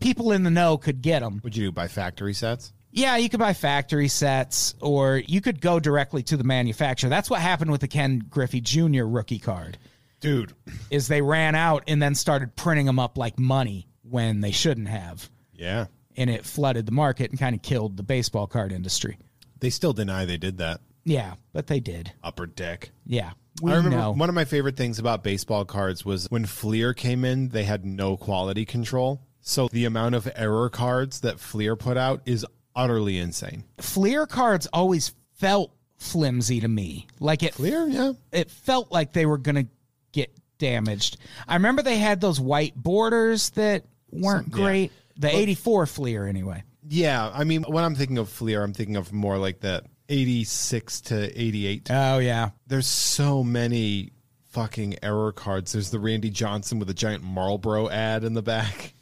S2: people in the know could get them.
S3: What'd you do? Buy factory sets?
S2: Yeah, you could buy factory sets or you could go directly to the manufacturer. That's what happened with the Ken Griffey Jr. rookie card.
S3: Dude.
S2: Is they ran out and then started printing them up like money when they shouldn't have.
S3: Yeah.
S2: And it flooded the market and kind of killed the baseball card industry.
S3: They still deny they did that.
S2: Yeah, but they did.
S3: Upper deck.
S2: Yeah. We
S3: I remember
S2: know.
S3: one of my favorite things about baseball cards was when Fleer came in, they had no quality control. So the amount of error cards that Fleer put out is utterly insane.
S2: Fleer cards always felt flimsy to me. Like it
S3: Fleer, yeah.
S2: it felt like they were going to get damaged. I remember they had those white borders that weren't
S3: Some- yeah.
S2: great. The 84 Fleer, anyway.
S3: Yeah. I mean, when I'm thinking of Fleer, I'm thinking of more like the 86 to 88
S2: Oh, yeah.
S3: there's so many fucking error cards. There's the Randy Johnson with a giant Marlboro ad in the back.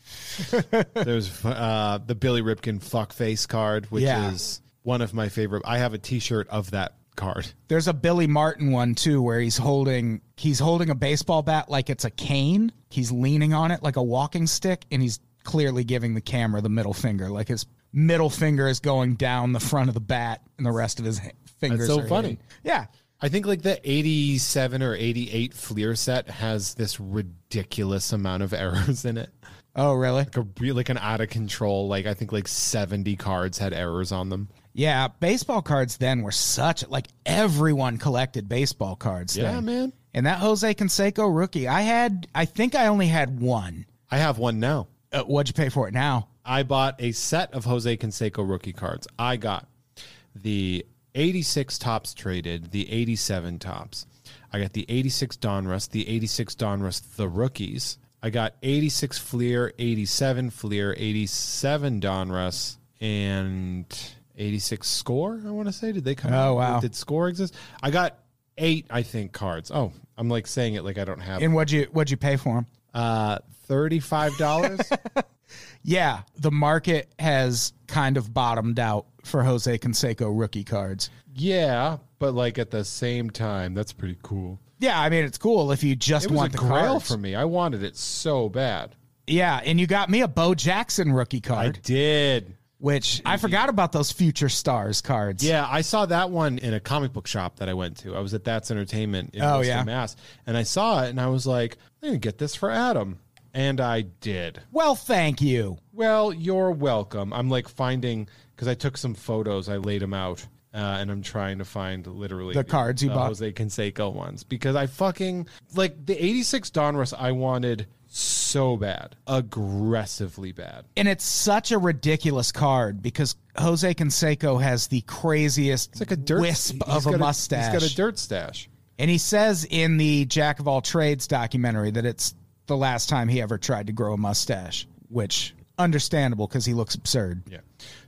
S3: there's uh, the Billy Ripkin fuckface card, which
S2: Yeah.
S3: is one of my favorite. I have a T-shirt of that card.
S2: There's a Billy Martin one too, where he's holding he's holding a baseball bat like it's a cane. He's leaning on it like a walking stick, and he's clearly giving the camera the middle finger, like his middle finger is going down the front of the bat, and the rest of his h- fingers.
S3: so
S2: are
S3: funny.
S2: hitting. Yeah,
S3: I think like the 87 or 88 Fleer set has this ridiculous amount of errors in it.
S2: Oh, really?
S3: Like, a, re- like an out of control. Like I think like 70 cards had errors on them.
S2: Yeah, baseball cards then were such like everyone collected baseball cards.
S3: Yeah,
S2: then.
S3: man.
S2: And that Jose Canseco rookie, I had, I think I only had one.
S3: I have one now.
S2: Uh, what'd you pay for it now?
S3: I bought a set of Jose Canseco rookie cards. I got the 86 tops traded, the 87 tops. I got the 86 Donruss, the 86 Donruss, the rookies. I got 86 Fleer, 87 Fleer, 87 Donruss, and 86 Score, I want to say. Did they come
S2: Oh,
S3: out?
S2: wow.
S3: Did Score exist? I got eight, I think, cards. Oh, I'm like saying it like I don't have
S2: And what'd you, what'd you pay for him?
S3: uh, $35.
S2: Yeah, the market has kind of bottomed out for Jose Canseco rookie cards.
S3: Yeah, but like at the same time, that's pretty cool.
S2: Yeah, I mean it's cool if you just
S3: It was
S2: want
S3: a
S2: the
S3: grail
S2: cards.
S3: for me. I wanted it so bad.
S2: Yeah, and you got me a Bo Jackson rookie
S3: I
S2: card,
S3: did.
S2: which I forgot about those future stars cards.
S3: Yeah, I saw that one in a comic book shop that I went to. I was at That's Entertainment in
S2: Oh,
S3: Worcester,
S2: yeah.
S3: Mass, and I saw it, and I was like, "I'm gonna get this for Adam," and I did.
S2: Well, thank you.
S3: Well, you're welcome. I'm like finding because I took some photos, I laid them out, uh, and I'm trying to find literally
S2: The cards you
S3: the
S2: bought.
S3: Jose Canseco ones because I fucking like the '86 Donruss I wanted so bad, aggressively bad.
S2: And it's such a ridiculous card because Jose Canseco has the craziest
S3: It's like a dirt
S2: wisp
S3: he's
S2: of
S3: got
S2: a mustache.
S3: He's got a dirt stash.
S2: And he says in the Jack of All Trades documentary that it's the last time he ever tried to grow a mustache, which understandable because he looks absurd.
S3: Yeah.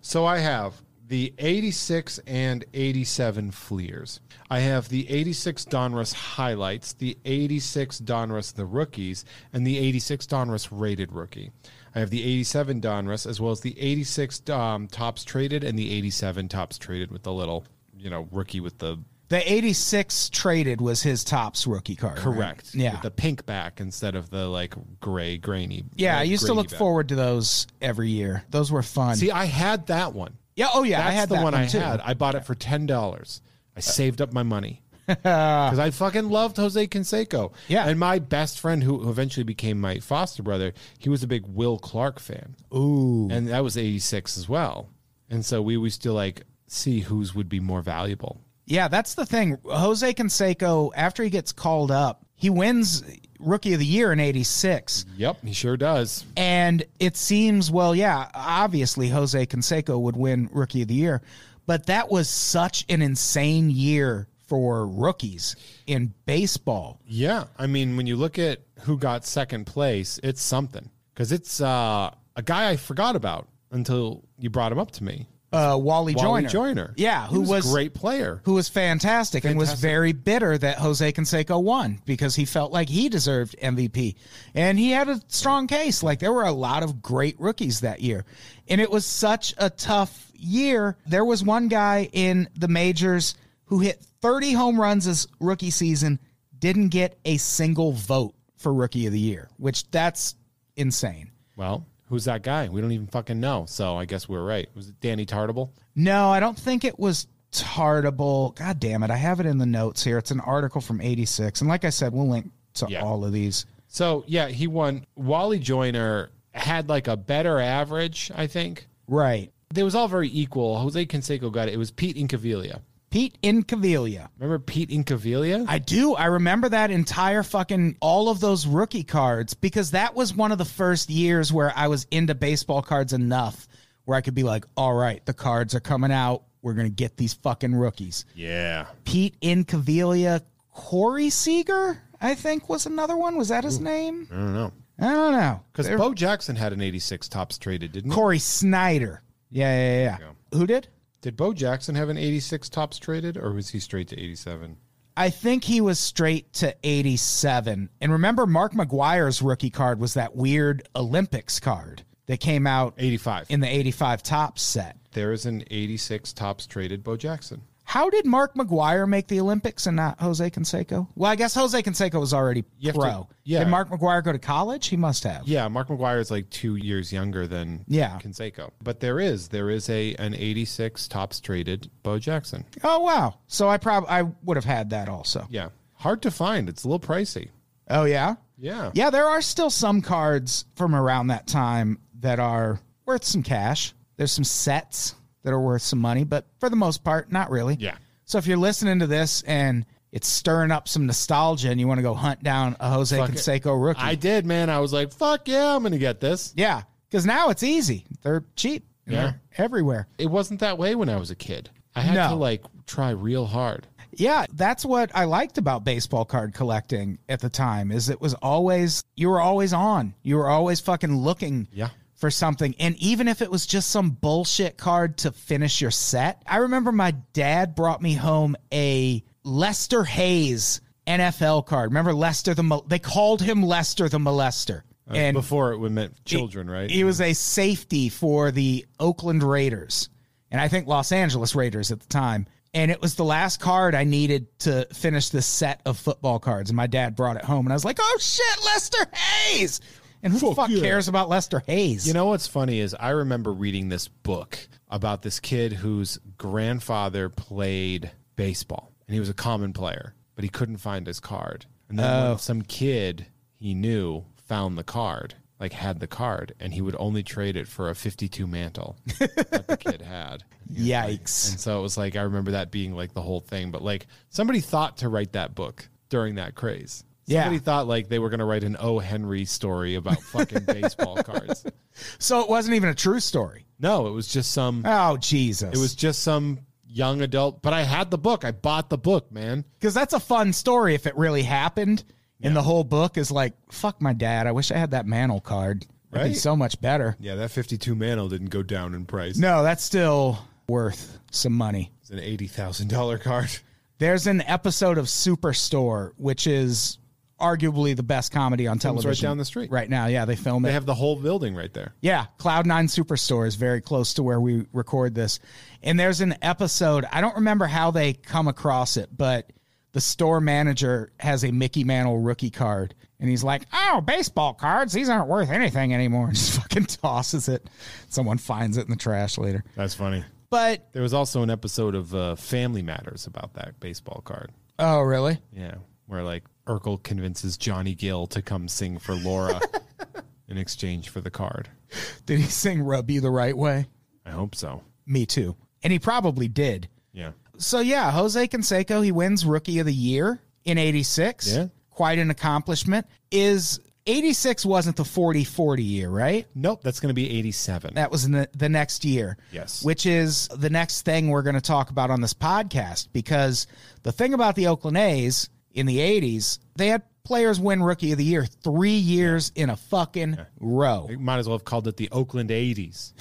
S3: So I have the 86 and 87 Fleers. I have the 86 Donruss Highlights, the 86 Donruss The Rookies, and the 86 Donruss Rated Rookie. I have the 87 Donruss as well as the 86 um, Tops Traded and the 87 Tops Traded with the little, you know, rookie with the
S2: The 86 traded was his tops rookie card. right?
S3: correct.
S2: Yeah.
S3: With the pink back instead of the like gray, grainy.
S2: yeah, I
S3: like,
S2: used to
S3: grainy
S2: look
S3: back.
S2: forward to those every year. Those were fun.
S3: See, I had that one.
S2: yeah, oh yeah,
S3: That's
S2: I had
S3: the
S2: that
S3: one, I
S2: too.
S3: had. I bought it for ten dollars. I saved up my money because I fucking loved Jose Canseco.
S2: Yeah.
S3: and my best friend, who who eventually became my foster brother, he was a big Will Clark fan. Ooh, and that was '86 as well. And so we used to like see whose would be more valuable.
S2: Yeah, that's the thing. Jose Canseco, after he gets called up, he wins Rookie of the Year in '86,
S3: Yep, he sure does.
S2: and it seems well, yeah, obviously Jose Canseco would win Rookie of the Year, but that was such an insane year for rookies in baseball.
S3: Yeah, I mean, when you look at who got second place, it's something because it's uh, a guy I forgot about until you brought him up to me.
S2: Uh, Wally,
S3: Wally
S2: Joyner,
S3: Joyner.
S2: yeah,
S3: He
S2: who was,
S3: a great player.
S2: who was fantastic, and was
S3: Fantastic.
S2: very bitter that Jose Canseco won because he felt like he deserved MVP. And he had a strong case. Like there were a lot of great rookies that year. And it was such a tough year. There was one guy in the majors who hit 30 home runs his rookie season, didn't get a single vote for rookie of the year, which that's insane.
S3: Well, who's that guy? We don't even fucking know. So I guess we were right. Was it Danny Tartable?
S2: No, I don't think it was Tartable. God damn it. I have it in the notes here. It's an article from 86. And like I said, we'll link to
S3: Yeah.
S2: all of these.
S3: So yeah, he won. Wally Joyner had like a better average, I think.
S2: Right.
S3: They was all very equal. Jose Canseco got it. It was Pete Incavilia.
S2: Pete Incavilia.
S3: Remember Pete Incavilia?
S2: I do. I remember that entire fucking all of those rookie cards because that was one of the first years where I was into baseball cards enough where I could be like, all right, the cards are coming out. We're going to get these fucking rookies.
S3: yeah.
S2: Pete Incavilia, Corey Seager, I think was another one. Was that his name?
S3: I don't know.
S2: I don't know.
S3: Because Bo Jackson had an 86 tops traded, didn't he?
S2: Corey Snyder. Yeah, yeah, yeah. Who did?
S3: Did Bo Jackson have an 86 tops traded or was he straight to 87?
S2: I think he was straight to 87. And remember, Mark McGuire's rookie card was that weird Olympics card that came out
S3: 85.
S2: in the 85 top set.
S3: there is an 86 tops traded Bo Jackson.
S2: How did Mark McGuire make the Olympics and not Jose Canseco? Well, I guess Jose Canseco was already
S3: You have to-
S2: pro.
S3: yeah.
S2: Did Mark McGuire go to college? He must have.
S3: Yeah, Mark McGuire is like two years younger than
S2: Yeah.
S3: Canseco. But there is there is a an eighty six tops traded Bo Jackson.
S2: Oh wow. So I probably I would have had that also.
S3: Yeah, hard to find. It's a little pricey.
S2: Oh yeah.
S3: Yeah,
S2: Yeah, there are still some cards from around that time that are worth some cash. There's some sets that are worth some money, but for the most part, not really.
S3: Yeah.
S2: So if you're listening to this and it's stirring up some nostalgia and you want to go hunt down a Jose
S3: Fuck it.
S2: Canseco rookie,
S3: I did, man. I was like, fuck yeah, I'm gonna get this.
S2: yeah, because now it's easy. They're cheap. and
S3: Yeah.
S2: they're everywhere.
S3: It wasn't that way when I was a kid. I had
S2: No.
S3: to like try real hard.
S2: Yeah, that's what I liked about baseball card collecting at the time is it was always you were always on. You were always fucking looking
S3: Yeah.
S2: for something. And even if it was just some bullshit card to finish your set. I remember my dad brought me home a Lester Hayes NFL card. Remember Lester the mol- they called him Lester the molester. And
S3: Before it meant children, right?
S2: he was a safety for the Oakland Raiders, and I think Los Angeles Raiders at the time. and it was the last card I needed to finish this set of football cards. And my dad brought it home, and I was like, "Oh shit, Lester Hayes!" And who the fuck
S3: Fuck yeah.
S2: cares about Lester Hayes?
S3: You know what's funny is I remember reading this book about this kid whose grandfather played baseball and he was a common player, but he couldn't find his card. And then when some kid he knew found the card, like had the card, and he would only trade it for a 52 mantle that the kid had.
S2: yikes!
S3: And so it was like, I remember that being like the whole thing, but like somebody thought to write that book during that craze.
S2: Yeah.
S3: Somebody thought like they were going to write an O. Henry story about fucking baseball cards.
S2: So it wasn't even a true story.
S3: No, it was just some.
S2: Oh Jesus!
S3: It was just some young adult. But I had the book. I bought the book, man.
S2: because that's a fun story if it really happened. And the whole book is like, "Fuck my dad! I wish I had that mantle card. That'd be
S3: Right?
S2: so much better."
S3: Yeah, that fifty-two mantle didn't go down in price.
S2: No, that's still worth some money.
S3: it's an eighty thousand dollar card.
S2: There's an episode of Superstore, which is arguably the best comedy on
S3: right
S2: television.
S3: down the street.
S2: Right now, yeah, they film it.
S3: They have the whole building right there.
S2: yeah, Cloud Nine Superstore is very close to where we record this. And there's an episode, I don't remember how they come across it, but the store manager has a Mickey Mantle rookie card. And he's like, oh, baseball cards, these aren't worth anything anymore. And just fucking tosses it. Someone finds it in the trash later.
S3: That's funny.
S2: But,
S3: There was also an episode of uh, Family Matters about that baseball card.
S2: oh, really?
S3: Yeah, where like Urkel convinces Johnny Gill to come sing for Laura in exchange for the card.
S2: Did he sing Rub You the Right Way?
S3: I hope so.
S2: Me too. And he probably did.
S3: Yeah.
S2: So yeah, Jose Canseco, he wins rookie of the year in 86.
S3: Yeah.
S2: Quite an accomplishment. Is 86 wasn't the 40-40 year, right?
S3: Nope, that's going to be 87.
S2: That was in the, the next year.
S3: Yes.
S2: Which is the next thing we're going to talk about on this podcast because the thing about the Oakland A's in the 80s, they had players win rookie of the year 3 years in a fucking row.
S3: They might as well have called it the Oakland 80s.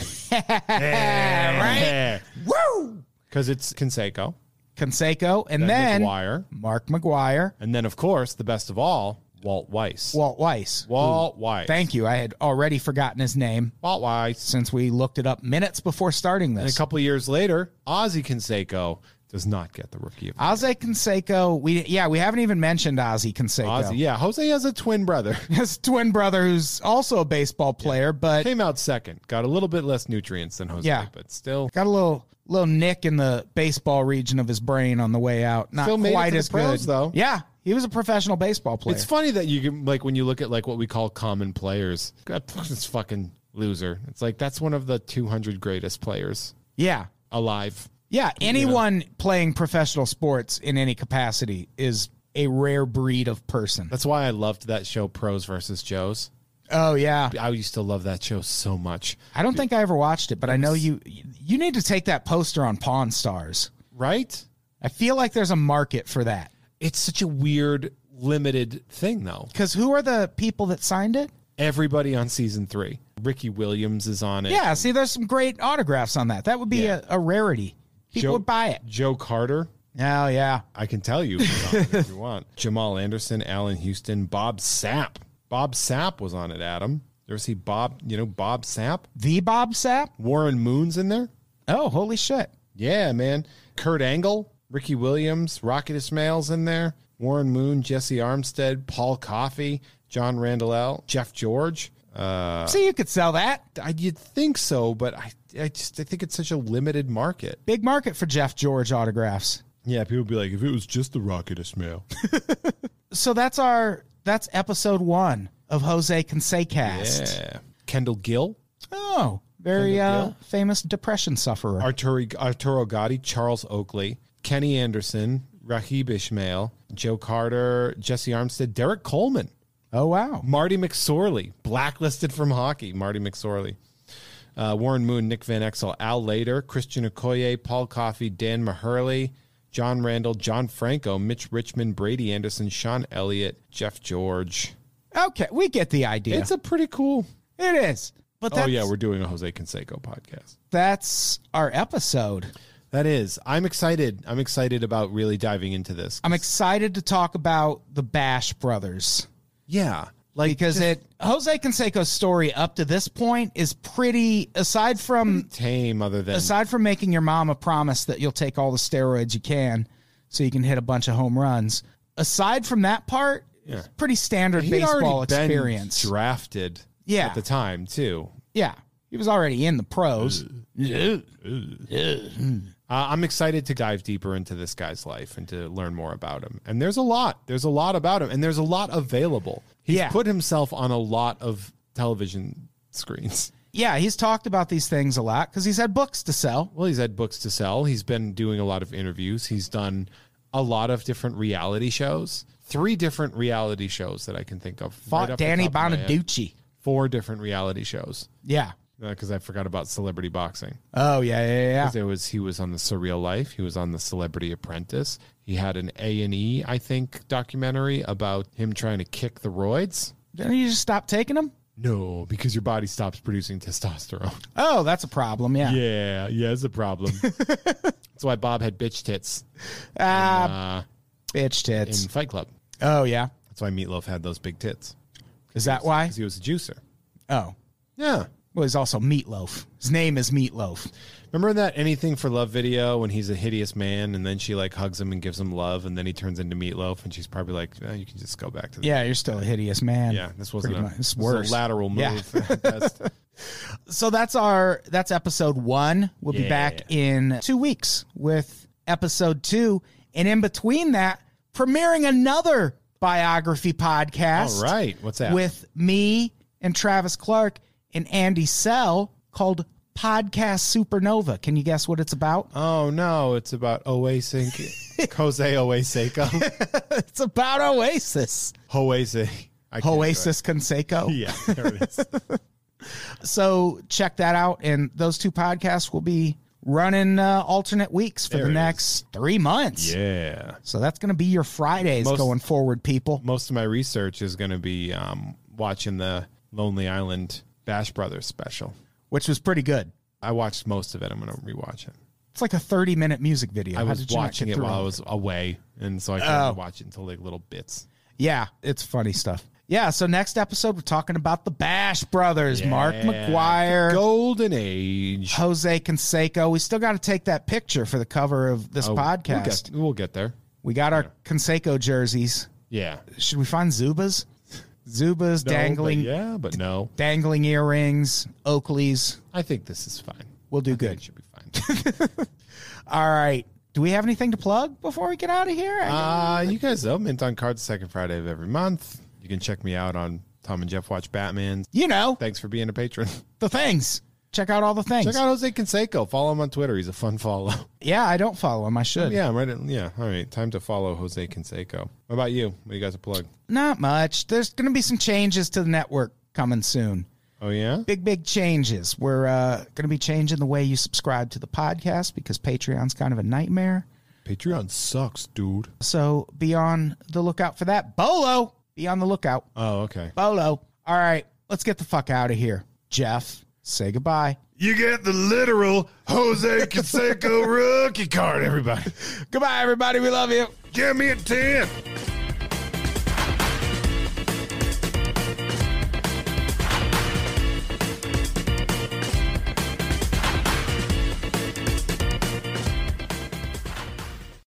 S3: right?
S2: Woo!
S3: Because it's Conseco,
S2: Canseco and
S3: then
S2: then
S3: McGuire,
S2: Mark McGuire,
S3: and then, of course, the best of all, Walt Weiss.
S2: Walt Weiss.
S3: Walt Weiss.
S2: Thank you. I had already forgotten his name
S3: Walt Weiss.
S2: since we looked it up minutes before starting
S3: And a
S2: this.
S3: couple years later, Ozzy Conseco does not get the rookie of the
S2: Ozzy Canseco, we yeah, we haven't even mentioned Ozzy Canseco.
S3: Ozzy. Yeah, Jose has a twin brother.
S2: His twin brother who's also a baseball player, but
S3: Came out second. Got a little bit less nutrients than Jose,
S2: Yeah.
S3: but still
S2: got a little little nick in the baseball region of his brain on the way out. Not
S3: Still made it
S2: quite
S3: to the
S2: as
S3: pros,
S2: good
S3: though.
S2: Yeah, he was a professional baseball player.
S3: It's funny that you can like when you look at like what we call common players. God, this fucking loser. It's like that's one of the 200 greatest players
S2: yeah.
S3: alive.
S2: Yeah, anyone playing professional sports in any capacity is a rare breed of person.
S3: That's why I loved that show Pros versus Joes.
S2: Oh yeah.
S3: I used to love that show so much.
S2: I don't think I ever watched it, but I know you. You need to take that poster on Pawn Stars.
S3: Right?
S2: I feel like there's a market for that
S3: It's such a weird limited thing though.
S2: because who are the people that signed it?
S3: Everybody on season 3. Ricky Williams is on it.
S2: Yeah, see, there's some great autographs on that. That would be
S3: Yeah.
S2: a, a rarity. People
S3: Joe-
S2: would buy it.
S3: Joe Carter.
S2: Oh yeah,
S3: I can tell you if it's on if you want. Jamal Anderson, Alan Houston, Bob Sapp. Bob Sapp was on it, Adam. You ever see Bob, you know, Bob Sapp?
S2: the Bob Sapp.
S3: Warren Moon's in there.
S2: Oh, holy shit!
S3: Yeah, man. Kurt Angle, Ricky Williams, Rocket Ismail's in there. Warren Moon, Jesse Armstead, Paul Coffey, John Randall, L., Jeff George. Uh,
S2: see, you could sell that.
S3: I, you'd think so, but I, I just I think it's such a limited market.
S2: Big market for Jeff George autographs.
S3: Yeah, people be like, if it was just the Rocket Ismail.
S2: So that's our that's episode one of Jose Consecast.
S3: yeah. Kendall Gill,
S2: Oh, very
S3: Kind of
S2: uh, famous depression sufferer.
S3: Arturo, Arturo Gotti, Charles Oakley, Kenny Anderson, Rahib Ishmael, Joe Carter, Jesse Armstead, Derek Coleman,
S2: oh wow.
S3: Marty McSorley, blacklisted from hockey, Marty McSorley, uh, Warren Moon, Nick Van Exel, Al Later, Christian Okoye, Paul Coffey, Dan Maherly, John Randall, John Franco, Mitch Richmond, Brady Anderson, Sean Elliott, Jeff George.
S2: Okay, we get the idea.
S3: It's a pretty cool.
S2: It is. But
S3: Oh
S2: that's,
S3: yeah, we're doing a Jose Canseco podcast.
S2: that's our episode.
S3: That is. I'm excited. I'm excited about really diving into this.
S2: I'm excited to talk about the Bash brothers.
S3: Yeah. Like
S2: because
S3: just
S2: it Jose Canseco's story up to this point is pretty aside from
S3: tame other than
S2: aside from making your mom a promise that you'll take all the steroids you can so you can hit a bunch of home runs. Aside from that part, it's pretty standard
S3: He'd
S2: baseball
S3: already been
S2: experience.
S3: drafted
S2: Yeah.
S3: at the time too.
S2: yeah. He was already in the pros.
S3: Uh, I'm excited to dive deeper into this guy's life and to learn more about him. And there's a lot. There's a lot about him, and there's a lot available. He's
S2: Yeah.
S3: put himself on a lot of television screens.
S2: Yeah, he's talked about these things a lot cuz he's had books to sell.
S3: Well, he's had books to sell. He's been doing a lot of interviews. He's done a lot of different reality shows. Three different reality shows that I can think of.
S2: Fought
S3: right off the
S2: Danny
S3: top of my head.
S2: Bonaducci.
S3: Four different reality shows
S2: Yeah.
S3: because I forgot about celebrity boxing.
S2: Oh, yeah, yeah, yeah.
S3: There was he was on the Surreal Life. He was on the Celebrity Apprentice. He had an A and E, I think, documentary about him trying to kick the roids.
S2: Didn't you just stop taking them?
S3: No, because your body stops producing testosterone.
S2: Oh, that's a problem. Yeah.
S3: Yeah, yeah, it's a problem. That's why Bob had bitch tits
S2: Ah,
S3: uh,
S2: bitch
S3: in
S2: tits.
S3: Fight Club.
S2: Oh, yeah.
S3: That's why Meatloaf had those big tits
S2: Is that why?
S3: because he was a juicer.
S2: Oh.
S3: Yeah.
S2: Well, he's also Meatloaf. His name is Meatloaf.
S3: Remember that anything for love video when he's a hideous man and then she like hugs him and gives him love and then he turns into meatloaf and she's probably like, "Eh, you can just go back to the
S2: Yeah, you're still a hideous man.
S3: Yeah, this wasn't
S2: Pretty
S3: a,
S2: much. It's
S3: this was a
S2: worse.
S3: lateral move.
S2: Yeah.
S3: at best.
S2: So that's our that's episode one. We'll be
S3: Yeah.
S2: back in two weeks with episode two, and in between that, premiering another biography podcast.
S3: All right, what's that?
S2: With me and Travis Clark and Andy Sell called Podcast Supernova. Can you guess what it's about?
S3: Oh no, it's about Oasink, Jose Oaseco,
S2: It's about Oasis.
S3: Hoese. I can't do it.
S2: Oasis Conseco.
S3: Yeah, there it is.
S2: So check that out. And those two podcasts will be running uh, alternate weeks for
S3: There
S2: the
S3: it
S2: next three months.
S3: yeah.
S2: So that's going to be your Fridays
S3: Most-
S2: going forward, people.
S3: Most of my research is going to be um, watching the Lonely Island Bash Brothers special.
S2: Which was pretty good.
S3: I watched most of it. I'm going to rewatch it.
S2: It's like a thirty-minute music video.
S3: I
S2: How
S3: was
S2: did you not
S3: watching
S2: get
S3: it
S2: through
S3: while I
S2: all
S3: was away, and so I couldn't
S2: Oh.
S3: watch it until like little bits.
S2: Yeah, it's funny stuff. Yeah. So next episode, we're talking about the Bash Brothers, Mark
S3: Yeah.
S2: McGuire,
S3: Golden Age
S2: Jose Canseco. We still got to take that picture for the cover of this
S3: Oh, we'll
S2: podcast.
S3: get- we'll get there.
S2: we got our Canseco jerseys.
S3: Yeah.
S2: Should we find Zubas? Zubas
S3: No, but
S2: dangling.
S3: yeah, but no.
S2: dangling earrings, Oakleys.
S3: I think this is fine.
S2: We'll do
S3: I think
S2: good.
S3: It should be fine.
S2: All right. Do we have anything to plug before we get out of here? I-
S3: uh, you guys know Mint on Cards second Friday of every month. You can check me out on Tom and Jeff Watch Batman.
S2: you know,
S3: Thanks for being a patron.
S2: the things. Check out all the things.
S3: Check out Jose Canseco. Follow him on Twitter. He's a fun follow.
S2: yeah, I don't follow him. I should.
S3: yeah, I'm right. at- yeah, all right. Time to follow Jose Canseco. What about you? What do you guys a plug?
S2: Not much. There's going to be some changes to the network coming soon.
S3: Oh yeah,
S2: Big, big changes. We're uh, going to be changing the way you subscribe to the podcast because Patreon's kind of a nightmare.
S3: Patreon sucks, dude.
S2: So be on the lookout for that. Bolo! Be on the lookout.
S3: Oh okay.
S2: Bolo. All right. Let's get the fuck out of here. Jeff, say goodbye.
S3: You get the literal Jose Canseco rookie card, everybody.
S2: Goodbye, everybody. We love you.
S3: Give me a ten.